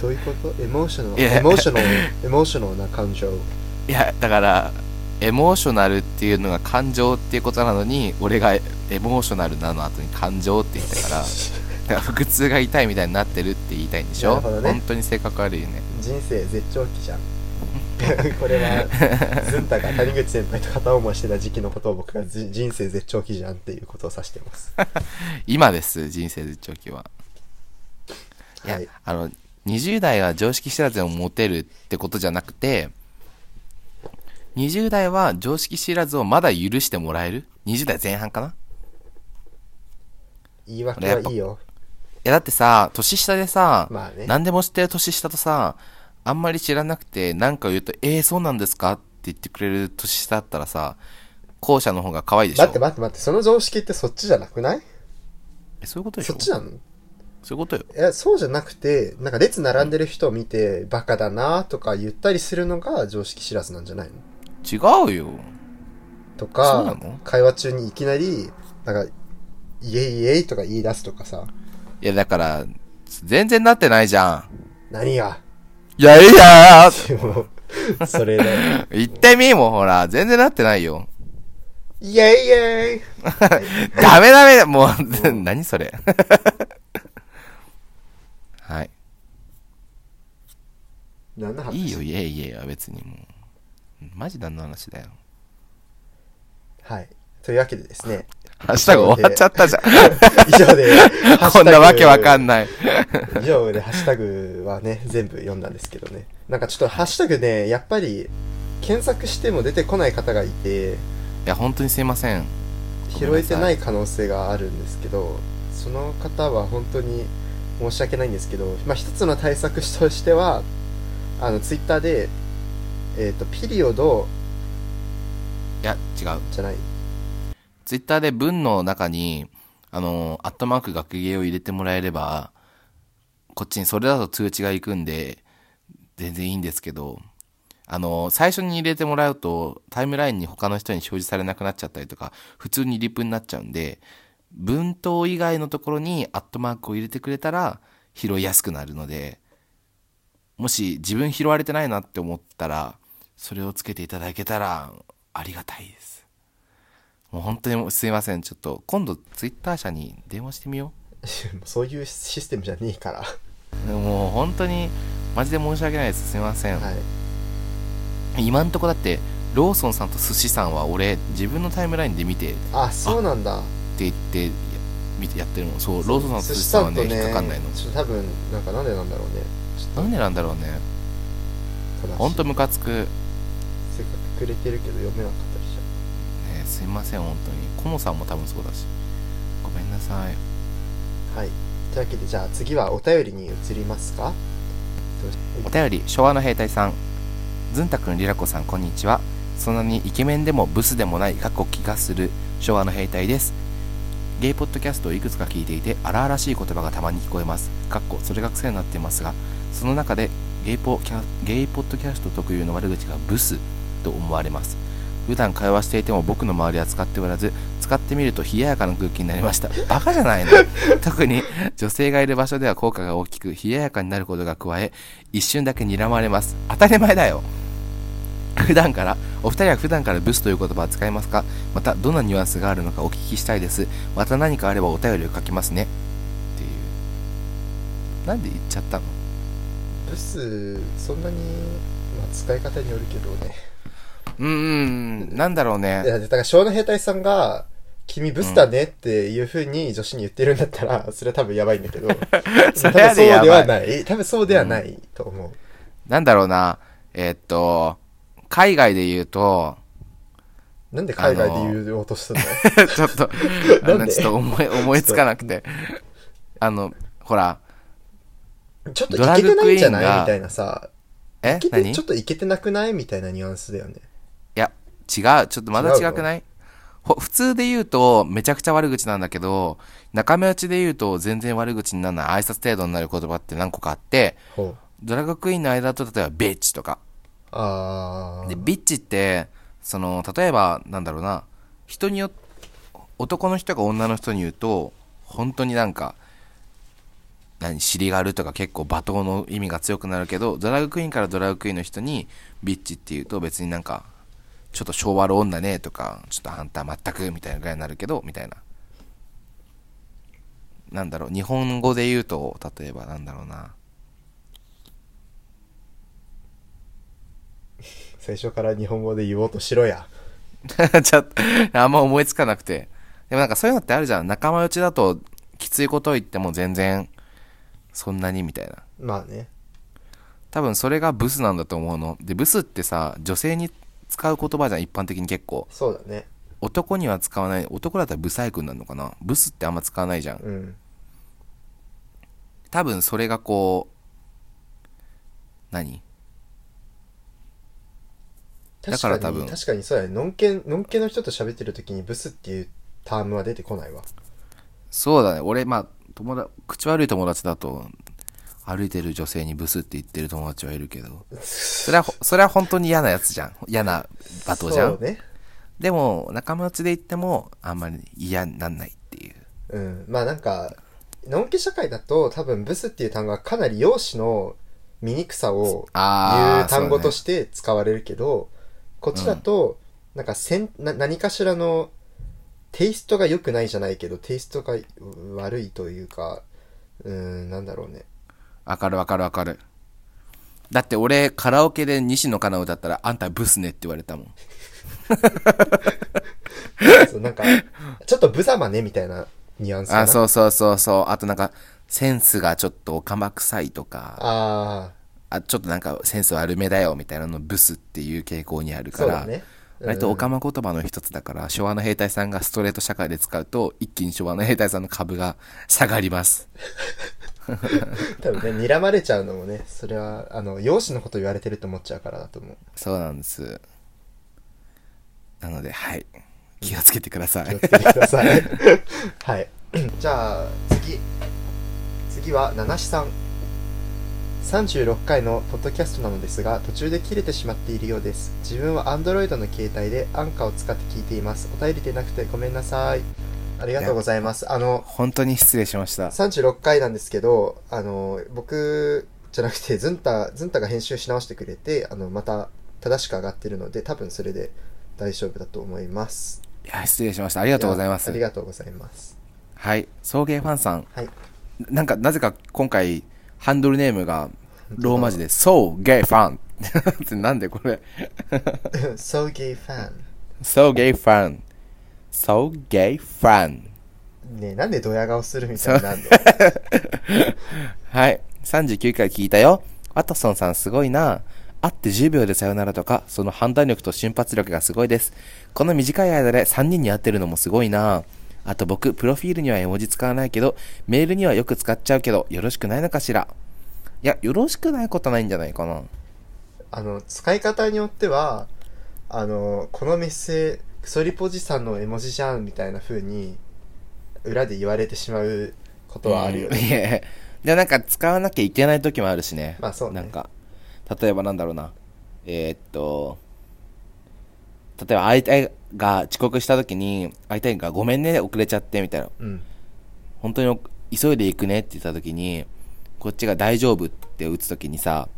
[SPEAKER 1] どういうことエモーショナル
[SPEAKER 2] いや
[SPEAKER 1] エモーショナルエモーショナルな感情
[SPEAKER 2] いやだからエモーショナルっていうのが感情っていうことなのに俺がエモーショナルなの後に感情って言ったからだから腹痛が痛いみたいになってるって言いたいんでし
[SPEAKER 1] な
[SPEAKER 2] ょ、
[SPEAKER 1] るほどね
[SPEAKER 2] 本当に性格悪いよね
[SPEAKER 1] 人生絶頂期じゃん *laughs* これはズンタが谷口先輩と片思いしてた時期のことを僕がじ人生絶頂期じゃんっていうことを指してます
[SPEAKER 2] 今です人生絶頂期は
[SPEAKER 1] はい
[SPEAKER 2] あの20代は常識知らずでもモテるってことじゃなくて20代は常識知らずをまだ許してもらえる20代前半かない
[SPEAKER 1] 言い訳はいいよ。
[SPEAKER 2] やだってさ年下でさ、
[SPEAKER 1] まあね
[SPEAKER 2] 何でも知ってる年下とさあんまり知らなくて何か言うと「えー、そうなんですか?」って言ってくれる年下だったらさ後者の方が可愛いでしょ
[SPEAKER 1] 待って待って待って、その常識ってそっちじゃなくない
[SPEAKER 2] えそういうことでし
[SPEAKER 1] そっ
[SPEAKER 2] ょ
[SPEAKER 1] ちなの
[SPEAKER 2] そういうことよ
[SPEAKER 1] え、そうじゃなくて、なんか列並んでる人を見て、バカだなとか言ったりするのが常識知らずなんじゃないの
[SPEAKER 2] 違うよ
[SPEAKER 1] と
[SPEAKER 2] そうな
[SPEAKER 1] か
[SPEAKER 2] の、
[SPEAKER 1] 会話中にいきなり、なんか、イエイイエイとか言い出すとかさ、
[SPEAKER 2] いやだから全然なってないじゃん
[SPEAKER 1] 何
[SPEAKER 2] *laughs*
[SPEAKER 1] が
[SPEAKER 2] いやいやいや
[SPEAKER 1] でもそれで、
[SPEAKER 2] 言ってみもうほら全然なってないよ
[SPEAKER 1] イエイイエイ
[SPEAKER 2] ダメダメもう何それ *laughs* はい
[SPEAKER 1] 何の話
[SPEAKER 2] いいよいえいえは別にもうマジ何の話
[SPEAKER 1] *laughs*
[SPEAKER 2] だよ
[SPEAKER 1] はい。というわけでです
[SPEAKER 2] *laughs*
[SPEAKER 1] ね、
[SPEAKER 2] ハッシュタグ終わっちゃったじゃん。
[SPEAKER 1] 以上で、
[SPEAKER 2] こんなわけわかん
[SPEAKER 1] い
[SPEAKER 2] ない。
[SPEAKER 1] *laughs* 以上でハッシュタグはね、全部読んだんですけどね。なんかちょっとハッシュタグね、やっぱり検索しても出てこない方がいて、
[SPEAKER 2] いや、本当にすいません。ごめん
[SPEAKER 1] 拾
[SPEAKER 2] なさ
[SPEAKER 1] え
[SPEAKER 2] い
[SPEAKER 1] てない可能性があるんですけど、その方は本当に申し訳ないんですけど、まあ一つの対策としては、あの、ツイッターで、えっ、と、ピリオド
[SPEAKER 2] いや、違う。
[SPEAKER 1] じゃない、 *laughs*
[SPEAKER 2] ツイッターで文の中に、あの、アットマーク学芸を入れてもらえれば、こっちにそれだと通知が行くんで、全然いいんですけど、あの、最初に入れてもらうと、タイムラインに他の人に表示されなくなっちゃったりとか、普通にリプになっちゃうんで、文頭以外のところにアットマークを入れてくれたら、拾いやすくなるので、もし自分拾われてないなって思ったら、それをつけていただけたら、ありがたいです。もう本当にすいません。ちょっと、今度、ツイッター社に電話してみよう。
[SPEAKER 1] そういうシステムじゃねえから
[SPEAKER 2] でももう本当にマジで申し訳ないですすみません、
[SPEAKER 1] はい
[SPEAKER 2] 今んとこだってローソンさんと寿司さんは俺自分のタイムラインで見てって
[SPEAKER 1] あそうなんだ
[SPEAKER 2] 言ってや見てやってるのそうローソンさんと寿司さんはね
[SPEAKER 1] 寿司
[SPEAKER 2] 引っかかんないの
[SPEAKER 1] ちょっと多分なんかなんでなんだろうねちょっと
[SPEAKER 2] なんでなんだろうね
[SPEAKER 1] 悲しい
[SPEAKER 2] ほんとムカつく、ね、
[SPEAKER 1] せっかくくれてるけど読めなかったりしちゃう
[SPEAKER 2] すいません本当にコモさんも多分そうだしごめんなさい
[SPEAKER 1] はいというわけでじゃあ次はお便りに移りますか
[SPEAKER 2] お便り昭和の兵隊さんずんたくんりらこさんこんにちはそんなにイケメンでもブスでもない過去気がする昭和の兵隊ですゲイポッドキャストをいくつか聞いていて荒々しい言葉がたまに聞こえますかっこそれが癖になっていますがその中でゲイポキャゲイポッドキャスト特有の悪口がブスと思われます普段会話していても僕の周りは使っておらず使ってみると冷ややかな空気になりましたバカじゃないの特に女性がいる場所では効果が大きく冷ややかになることが加え一瞬だけ睨まれます当たり前だよ普段からお二人は普段からブスという言葉を使いますかまたどんなニュアンスがあるのかお聞きしたいですまた何かあればお便りを書きますねっていうなんで言っちゃったの
[SPEAKER 1] ブスそんなに、まあ、使い方によるけどね
[SPEAKER 2] うーんなんだろう
[SPEAKER 1] い
[SPEAKER 2] ね
[SPEAKER 1] やだから昭和の兵隊さんが「君ブスだね」っていうふうに女子に言ってるんだったら、それは多分やばいんだ *laughs* けど
[SPEAKER 2] そ
[SPEAKER 1] 多
[SPEAKER 2] れは
[SPEAKER 1] 分そう
[SPEAKER 2] ね
[SPEAKER 1] で
[SPEAKER 2] やば
[SPEAKER 1] はいない多分そうではないと思う、
[SPEAKER 2] なんだろうなえーっと海外で言うと *laughs*
[SPEAKER 1] なんで海外で言おうとしたの、
[SPEAKER 2] ちょっとあ
[SPEAKER 1] なん
[SPEAKER 2] の
[SPEAKER 1] で
[SPEAKER 2] ちょっと思い思いつかなくてあのほら
[SPEAKER 1] ちょっと
[SPEAKER 2] ドラ
[SPEAKER 1] いけ
[SPEAKER 2] ァグ
[SPEAKER 1] てな
[SPEAKER 2] ク
[SPEAKER 1] い
[SPEAKER 2] イ
[SPEAKER 1] んじ
[SPEAKER 2] ー
[SPEAKER 1] ゃ
[SPEAKER 2] ンが
[SPEAKER 1] ないみたいなさ
[SPEAKER 2] え
[SPEAKER 1] いけて
[SPEAKER 2] 何
[SPEAKER 1] ちょっといけてなくないみたいなニュアンスだよね
[SPEAKER 2] いや、違う。ちょっとまだ
[SPEAKER 1] 違うの
[SPEAKER 2] 違くないほ普通で言うと、めちゃくちゃ悪口なんだけど、仲間内で言うと、全然悪口にならない挨拶程度になる言葉って何個かあって、
[SPEAKER 1] ほう
[SPEAKER 2] ドラァグクイーンの間だと、例えば、ビッチとか。
[SPEAKER 1] あ
[SPEAKER 2] で、
[SPEAKER 1] ー
[SPEAKER 2] ビッチって、その、例えば、なんだろうな、人によっ男の人が女の人に言うと、本当になんか、何、尻があるとか結構罵倒の意味が強くなるけど、ドラァグクイーンからドラァグクイーンの人に、ビッチって言うと別になんか、ちょっと昭和の女ねとか、ちょっとあんた全くみたいなぐらいになるけど、みたいな。なんだろう、日本語で言うと、例えばなんだろうな、
[SPEAKER 1] 最初から日本語で言おうとしろや
[SPEAKER 2] *laughs* ちょっと、あんま思いつかなくて。でもなんかそういうのってあるじゃん。仲間内だと、きついこと言っても全然、そんなにみたいな。
[SPEAKER 1] まあね
[SPEAKER 2] 多分それがブスなんだと思うの。で、ブスってさ、女性に使う言葉じゃん、一般的に結構。
[SPEAKER 1] そうだね
[SPEAKER 2] 男には使わない。男だったらブサイクになるのかな。ブスってあんま使わないじゃん。
[SPEAKER 1] うん
[SPEAKER 2] 多分それがこう、何
[SPEAKER 1] 確
[SPEAKER 2] だか
[SPEAKER 1] からに
[SPEAKER 2] 多分
[SPEAKER 1] 確かにそうだねのんけんのんけの人と喋ってる時にブスっていうタームは出てこないわ
[SPEAKER 2] そうだね。俺、まあ、友達、口悪い友達だと、歩いてる女性にブスって言ってる友達はいるけど。そ
[SPEAKER 1] *laughs*
[SPEAKER 2] れはほ、それは本当に嫌なやつじゃん。嫌な罵倒じゃ
[SPEAKER 1] そ
[SPEAKER 2] ん。
[SPEAKER 1] うね
[SPEAKER 2] でも、仲間内で言っても、あんまり嫌になんないっていう。
[SPEAKER 1] うんまあなんかのんけ社会だと多分ブスっていう単語はかなり容姿の醜さを
[SPEAKER 2] ああ。
[SPEAKER 1] いう単語と
[SPEAKER 2] て。
[SPEAKER 1] して使われるけど、こっちだと、なんかせんな何かしらのテイストが良くないじゃないけどテイストがう悪いというかうーんなんだろうね
[SPEAKER 2] わ、かるわかるわかる。だって俺、カラオケで西野カナを歌ったら、あんたブスねって言われたもん。
[SPEAKER 1] そうなんかちょっと無様ねみたいなニュアンスか
[SPEAKER 2] あ、
[SPEAKER 1] な
[SPEAKER 2] そうそうそうそう。あとなんか、センスがちょっとおかま臭いとか、
[SPEAKER 1] あ
[SPEAKER 2] あ、ちょっとなんかセンス悪めだよみたいなのブスっていう傾向にある
[SPEAKER 1] ー
[SPEAKER 2] か
[SPEAKER 1] そう
[SPEAKER 2] ら、
[SPEAKER 1] だね
[SPEAKER 2] 割とオカマ言葉の一つだから、昭和の兵隊さんがストレート社会で使うと、一気に昭和の兵隊さんの株が下がります。
[SPEAKER 1] 多分ね睨まれちゃうのもねそれはあの容姿のこと言われてると思っちゃうからだと思う
[SPEAKER 2] そうなんです。なので、はい。気をつけてくださ
[SPEAKER 1] 気を
[SPEAKER 2] い
[SPEAKER 1] つ。けてくださ
[SPEAKER 2] *laughs*
[SPEAKER 1] いはいじゃあ次次は七七さん36回のポッドキャストなのですが途中で切れてしまっているようです自分は Android の携帯でアンカーを使って聞いていますお便りでなくてごめんなさいありがとうございますあの
[SPEAKER 2] 本当に失礼しました。
[SPEAKER 1] 36回なんですけどあの僕じゃなくてズンタズンタが編集し直してくれてあのまた正しく上がってるので多分それで大丈夫だと思います
[SPEAKER 2] いや、失礼しました。ありがとうございます。
[SPEAKER 1] ありがとうございます
[SPEAKER 2] はい送迎ファンさん
[SPEAKER 1] はい *laughs*
[SPEAKER 2] なんかなぜか今回ハンドルネームがローマ字で「そうゲイファン」 *laughs* ってなんでこれ
[SPEAKER 1] So gay fan
[SPEAKER 2] そうゲイファンそうゲイファン
[SPEAKER 1] ねえなんでドヤ顔するみたいになんの
[SPEAKER 2] はい39回聞いたよワトソンさんすごいな会って10秒でさよならとかその判断力と瞬発力がすごいですこの短い間で3人に会ってるのもすごいなあと僕プロフィールには絵文字使わないけどメールにはよく使っちゃうけどよろしくないのかしらいやよろしくないことはないんじゃないかな
[SPEAKER 1] あの使い方によってはあのこのメッセクソリポジさんの絵文字じゃんみたいな風に裏で言われてしまうことはあるよ
[SPEAKER 2] うん
[SPEAKER 1] ね、
[SPEAKER 2] いやいやでもなんか使わなきゃいけない時もあるしね。
[SPEAKER 1] まあそうね
[SPEAKER 2] なんか、例えばなんだろうな。えーっと、例えば相手が遅刻した時に、相手がごめんね、遅れちゃってみたいな。
[SPEAKER 1] うん
[SPEAKER 2] 本当に急いで行くねって言った時に、こっちが大丈夫って打つ時にさ、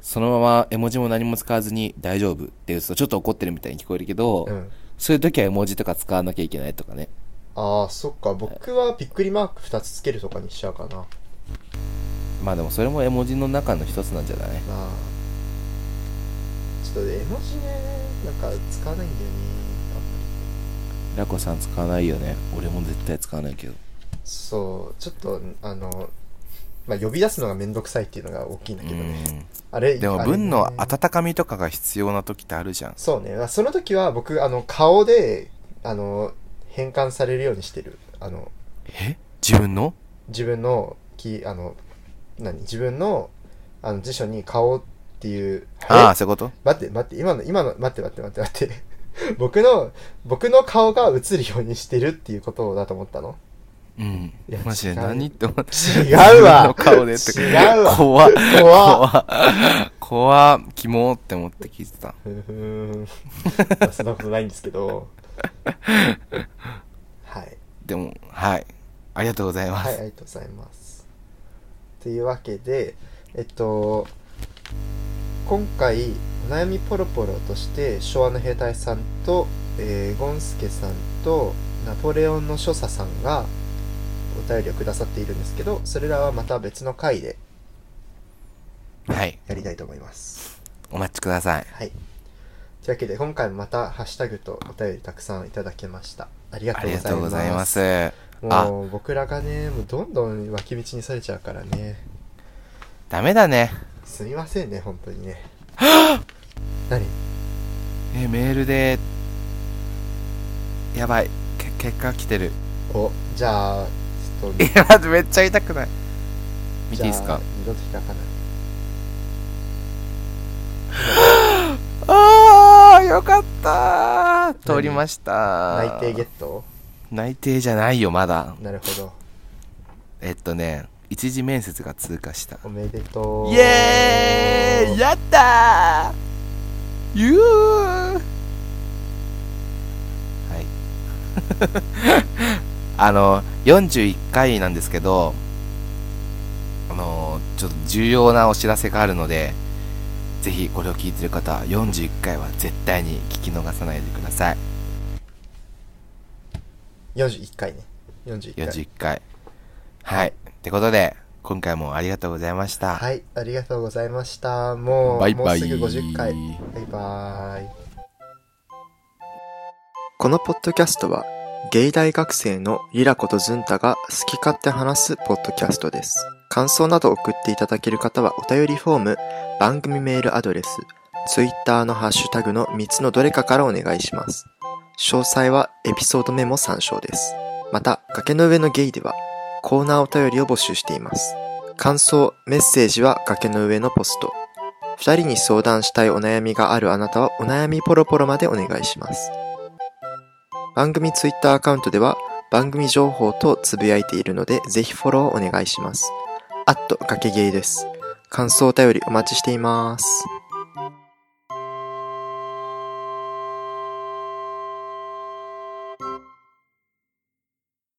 [SPEAKER 2] そのまま絵文字も何も使わずに大丈夫って打つとちょっと怒ってるみたいに聞こえるけど、
[SPEAKER 1] うん
[SPEAKER 2] そういう時は絵文字とか使わなきゃいけないとかね。
[SPEAKER 1] ああそっか僕はびっくりマーク2つつけるとかにしちゃうかな
[SPEAKER 2] まあでもそれも絵文字の中の一つなんじゃない
[SPEAKER 1] まあちょっと絵文字ねなんか使わないんだよねあんま
[SPEAKER 2] ラコさん使わないよね俺も絶対使わないけど
[SPEAKER 1] りそうちょっとあのまあ呼び出すのがめんどくさいっていうのが大きいんだけどねあれ
[SPEAKER 2] でも
[SPEAKER 1] あれね
[SPEAKER 2] 文の温かみとかが必要な時ってあるじゃん
[SPEAKER 1] そうね。その時は僕、あの、顔で、あの、変換されるようにしてる。あの、
[SPEAKER 2] え自分の
[SPEAKER 1] 自分の、き、あの、何自分の、あの、辞書に顔っていう、
[SPEAKER 2] ああ
[SPEAKER 1] え
[SPEAKER 2] そういうこと
[SPEAKER 1] 待って待って、今の、今の、待って待って待って待って。 *laughs* 僕の、僕の顔が映るようにしてるっていうことだと思ったの
[SPEAKER 2] うん
[SPEAKER 1] いや
[SPEAKER 2] マジ
[SPEAKER 1] 違
[SPEAKER 2] で
[SPEAKER 1] う
[SPEAKER 2] 何って思った
[SPEAKER 1] 違うわ
[SPEAKER 2] 自分の顔でって
[SPEAKER 1] 違うわ
[SPEAKER 2] 怖っ
[SPEAKER 1] 怖
[SPEAKER 2] 怖っ怖っキモって思って聞いてた
[SPEAKER 1] ふんふん。まあそんなことないんですけど。はい。
[SPEAKER 2] でもはいありがとうございま
[SPEAKER 1] はい、あ
[SPEAKER 2] す
[SPEAKER 1] りがとうございます。というわけで、えっと、今回、お悩みポロポロとして、昭和の兵隊さんと、えーゴンスケさんと、ナポレオンの所作さんが、お便りをくださっているんですけど、それらはまた別の回で
[SPEAKER 2] はい
[SPEAKER 1] やりたいと思います。
[SPEAKER 2] お待ちください
[SPEAKER 1] はい。というわけで、今回もまた、ハッシュタグとお便りたくさんいただけました。ありが
[SPEAKER 2] あ
[SPEAKER 1] とう
[SPEAKER 2] り
[SPEAKER 1] ご
[SPEAKER 2] が
[SPEAKER 1] ざい
[SPEAKER 2] とうご
[SPEAKER 1] ます。
[SPEAKER 2] ざいますあ
[SPEAKER 1] もう、僕らがね、もうどんどん脇道にされちゃうからね。
[SPEAKER 2] ダメだね
[SPEAKER 1] すみませんね本当にね何
[SPEAKER 2] えメールでやばいけ結果来てる
[SPEAKER 1] おじゃあちょっと
[SPEAKER 2] いや、待ってめっちゃ痛くない。見
[SPEAKER 1] じ
[SPEAKER 2] て
[SPEAKER 1] ゃ
[SPEAKER 2] い
[SPEAKER 1] あ
[SPEAKER 2] いですか
[SPEAKER 1] 二度と開かない
[SPEAKER 2] ああ、よかったー通りました
[SPEAKER 1] 内定ゲット
[SPEAKER 2] 内定じゃないよ、まだ。
[SPEAKER 1] なるほど
[SPEAKER 2] えっとね、一次面接が通過した。
[SPEAKER 1] おめでとう
[SPEAKER 2] イエーイやったーゆーはい。 *laughs* あの、41回なんですけど、あの、ちょっと重要なお知らせがあるので、ぜひこれを聞いてる方、41回は絶対に聞き逃さないでください。
[SPEAKER 1] 41回ね41回
[SPEAKER 2] 41回。はい。ってことで、今回もありがとうございました。
[SPEAKER 1] はいありがとうございましたもう
[SPEAKER 2] バイバイ
[SPEAKER 1] もうすぐ50回バイバイこのポッドキャストはゲイ大学生のリラコとズンタが好き勝手話すポッドキャストです感想など送っていただける方はお便りフォーム番組メールアドレス Twitter のハッシュタグの3つのどれかからお願いします詳細はエピソードメモ参照ですまた崖の上のゲイではコーナーお便りを募集しています感想、メッセージは崖の上のポスト。二人に相談したいお悩みがあるあなたはお悩みポロポロまでお願いします。番組ツイッターアカウントでは番組情報とつぶやいているのでぜひフォローお願いします。あっと、崖ゲイです。感想お便りお待ちしています。